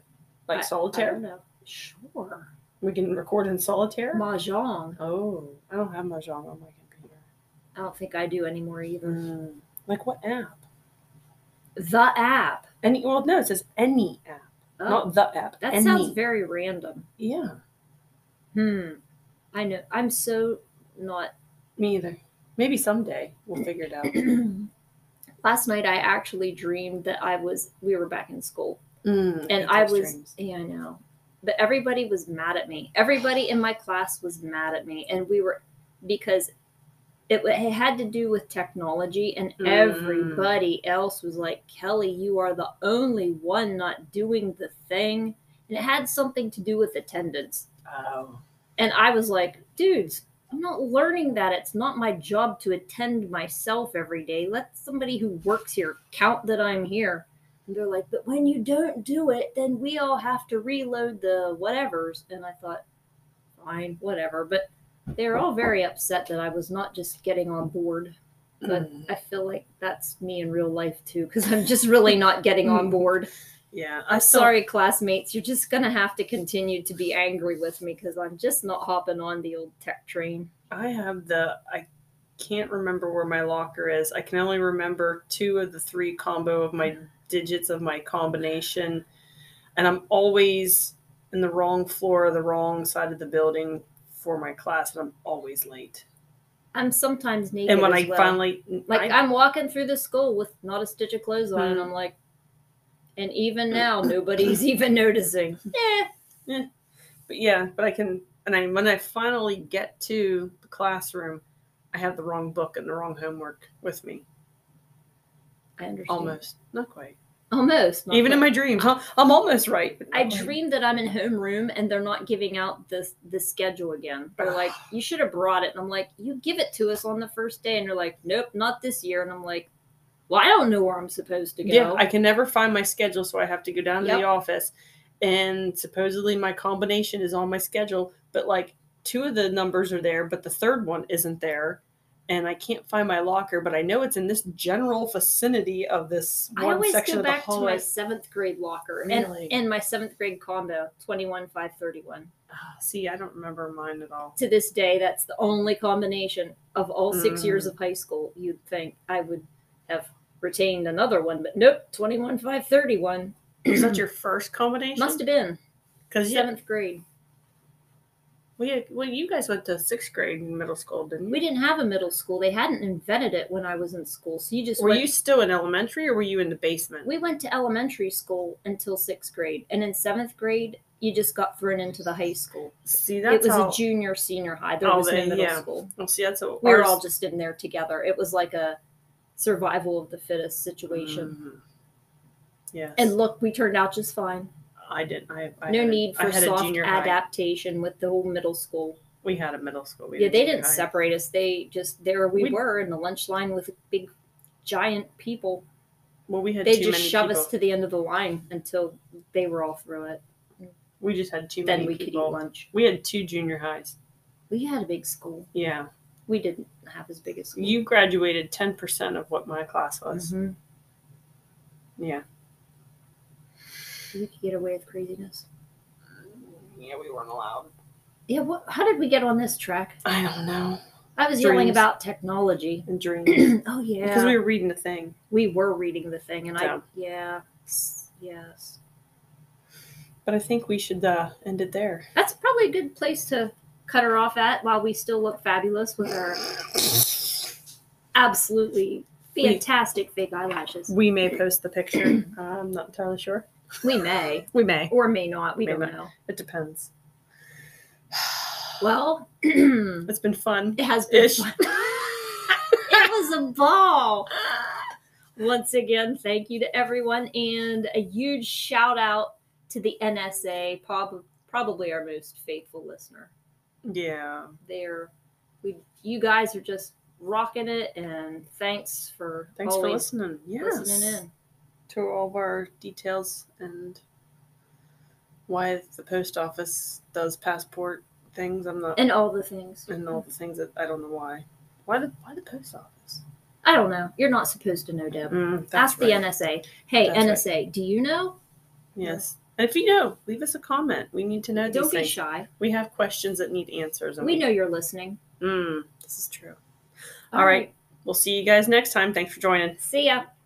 I- Like I don't Solitaire? know. Sure. We can record in Solitaire? Mahjong. Oh, I don't have Mahjong on my computer. I don't think I do anymore either. Mm. Like what app? The app. Any? Well, no, it says any app, Oh, not the app. that any. sounds very random. yeah. Hmm. I know. I'm so not. Me either. Maybe someday we'll figure it out. Mm, Last night I actually dreamed that I was. We were back in school, Mm, and it's I those was. dreams. Yeah, I know. But everybody was mad at me. Everybody in my class was mad at me, and we were because it, wa- it had to do with technology, and Mm. everybody else was like, "Kelly, you are the only one not doing the thing," and it had something to do with attendance. Oh. And I was like, dudes, I'm not learning that. It's not my job to attend myself every day. Let somebody who works here count that I'm here. And they're like, but when you don't do it, then we all have to reload the whatevers. And I thought, fine, whatever. But they're all very upset that I was not just getting on board. But Mm. I feel like that's me in real life too, because I'm just really not getting on board. Yeah. I I'm still- sorry, classmates. You're just gonna have to continue to be angry with me because I'm just not hopping on the old tech train. I have the. I can't remember where my locker is. I can only remember two of the three combo of my digits of my combination, and I'm always in the wrong floor or the wrong side of the building for my class, and I'm always late. I'm sometimes naked. and when as I well. finally, like, I, I, am walking through the school with not a stitch of clothes on, and Hmm. I'm like, and even now nobody's even noticing. Eh, but yeah, but I can, and I when I finally get to the classroom, I have the wrong book and the wrong homework with me. I understand. Almost, not quite. Almost. not Even in quite. my dream, huh? I'm almost right. but I not quite. dream that I'm in homeroom and they're not giving out the the schedule again. They're like, "You should have brought it." And I'm like, "You give it to us on the first day," and they're like, "Nope, not this year." And I'm like, "Well, I don't know where I'm supposed to go." Yeah, I can never find my schedule, so I have to go down to the Yep. office. And supposedly my combination is on my schedule, but like two of the numbers are there, but the third one isn't there. And I can't find my locker, but I know it's in this general vicinity of this I one always section go of the back to my hallway. seventh grade locker Really? and, and my seventh grade combo twenty one five thirty one. Ah, See, I don't remember mine at all. To this day, that's the only combination of all six Mm. years of high school. You'd think I would have retained another one, but nope, twenty one five thirty one Was that your first combination? must have been Because yeah, seventh grade. well, yeah, well, you guys went to sixth grade in middle school, didn't We you? didn't have a middle school. They hadn't invented it when I was in school. So you just Were went, you still in elementary, or were you in the basement? we went to elementary school until sixth grade. And in seventh grade, you just got thrown into the high school. see, that's it was how, a junior senior high. There Oh, was no they- middle yeah. school. well, see, that's what We were ours- all just in there together. It was like a survival of the fittest situation. Mhm. Yes. And look, we turned out just fine. I didn't. I, I no had a- need I for had a soft junior high. adaptation with the whole middle school. We had a middle school. We yeah, had a they junior didn't high. separate us. They just there we, We- were in the lunch line with big giant people. Well, we had they too just many shove people. us to the end of the line until they were all through it. we just had too Then many we could eat people. lunch. we had two junior highs. We had a big school. Yeah, We didn't have as big a school. you graduated ten percent of what my class was. Mhm. Mm-hmm. Yeah. We could get away with craziness. Yeah, we weren't allowed. Yeah, what, how did we get on this track? I don't know. I was yelling Dreams. about technology. And dreams oh yeah, because we were reading the thing. we were reading the thing, and I Yeah. yeah s- yes. But I think we should uh, end it there. That's probably a good place to cut her off at while we still look fabulous with our absolutely fantastic fake eyelashes. We may post the picture. Uh, I'm not entirely sure. We may We may. or may not. We May don't not. know. It depends. Well, it It's been fun. has been Ish. fun. it was a ball. Once again, thank you to everyone, and a huge shout out to the NSA, prob- probably our most faithful listener. Yeah. There, we you guys are just rocking it, and thanks for Thanks for always listening. Yes. listening in. To all of our details and why the post office does passport things. I'm not. and all the things. and all the things that I don't know why. Why the why the post office? I don't know. You're not supposed to know, Deb. Mm, Ask the NSA. Hey, That's right. NSA, do you know? Yes. And if you know, leave us a comment. We need to know these Don't be things. shy. we have questions that need answers. and We know you're listening. Mm, this is true. All right. We'll see you guys next time. Thanks for joining. See ya.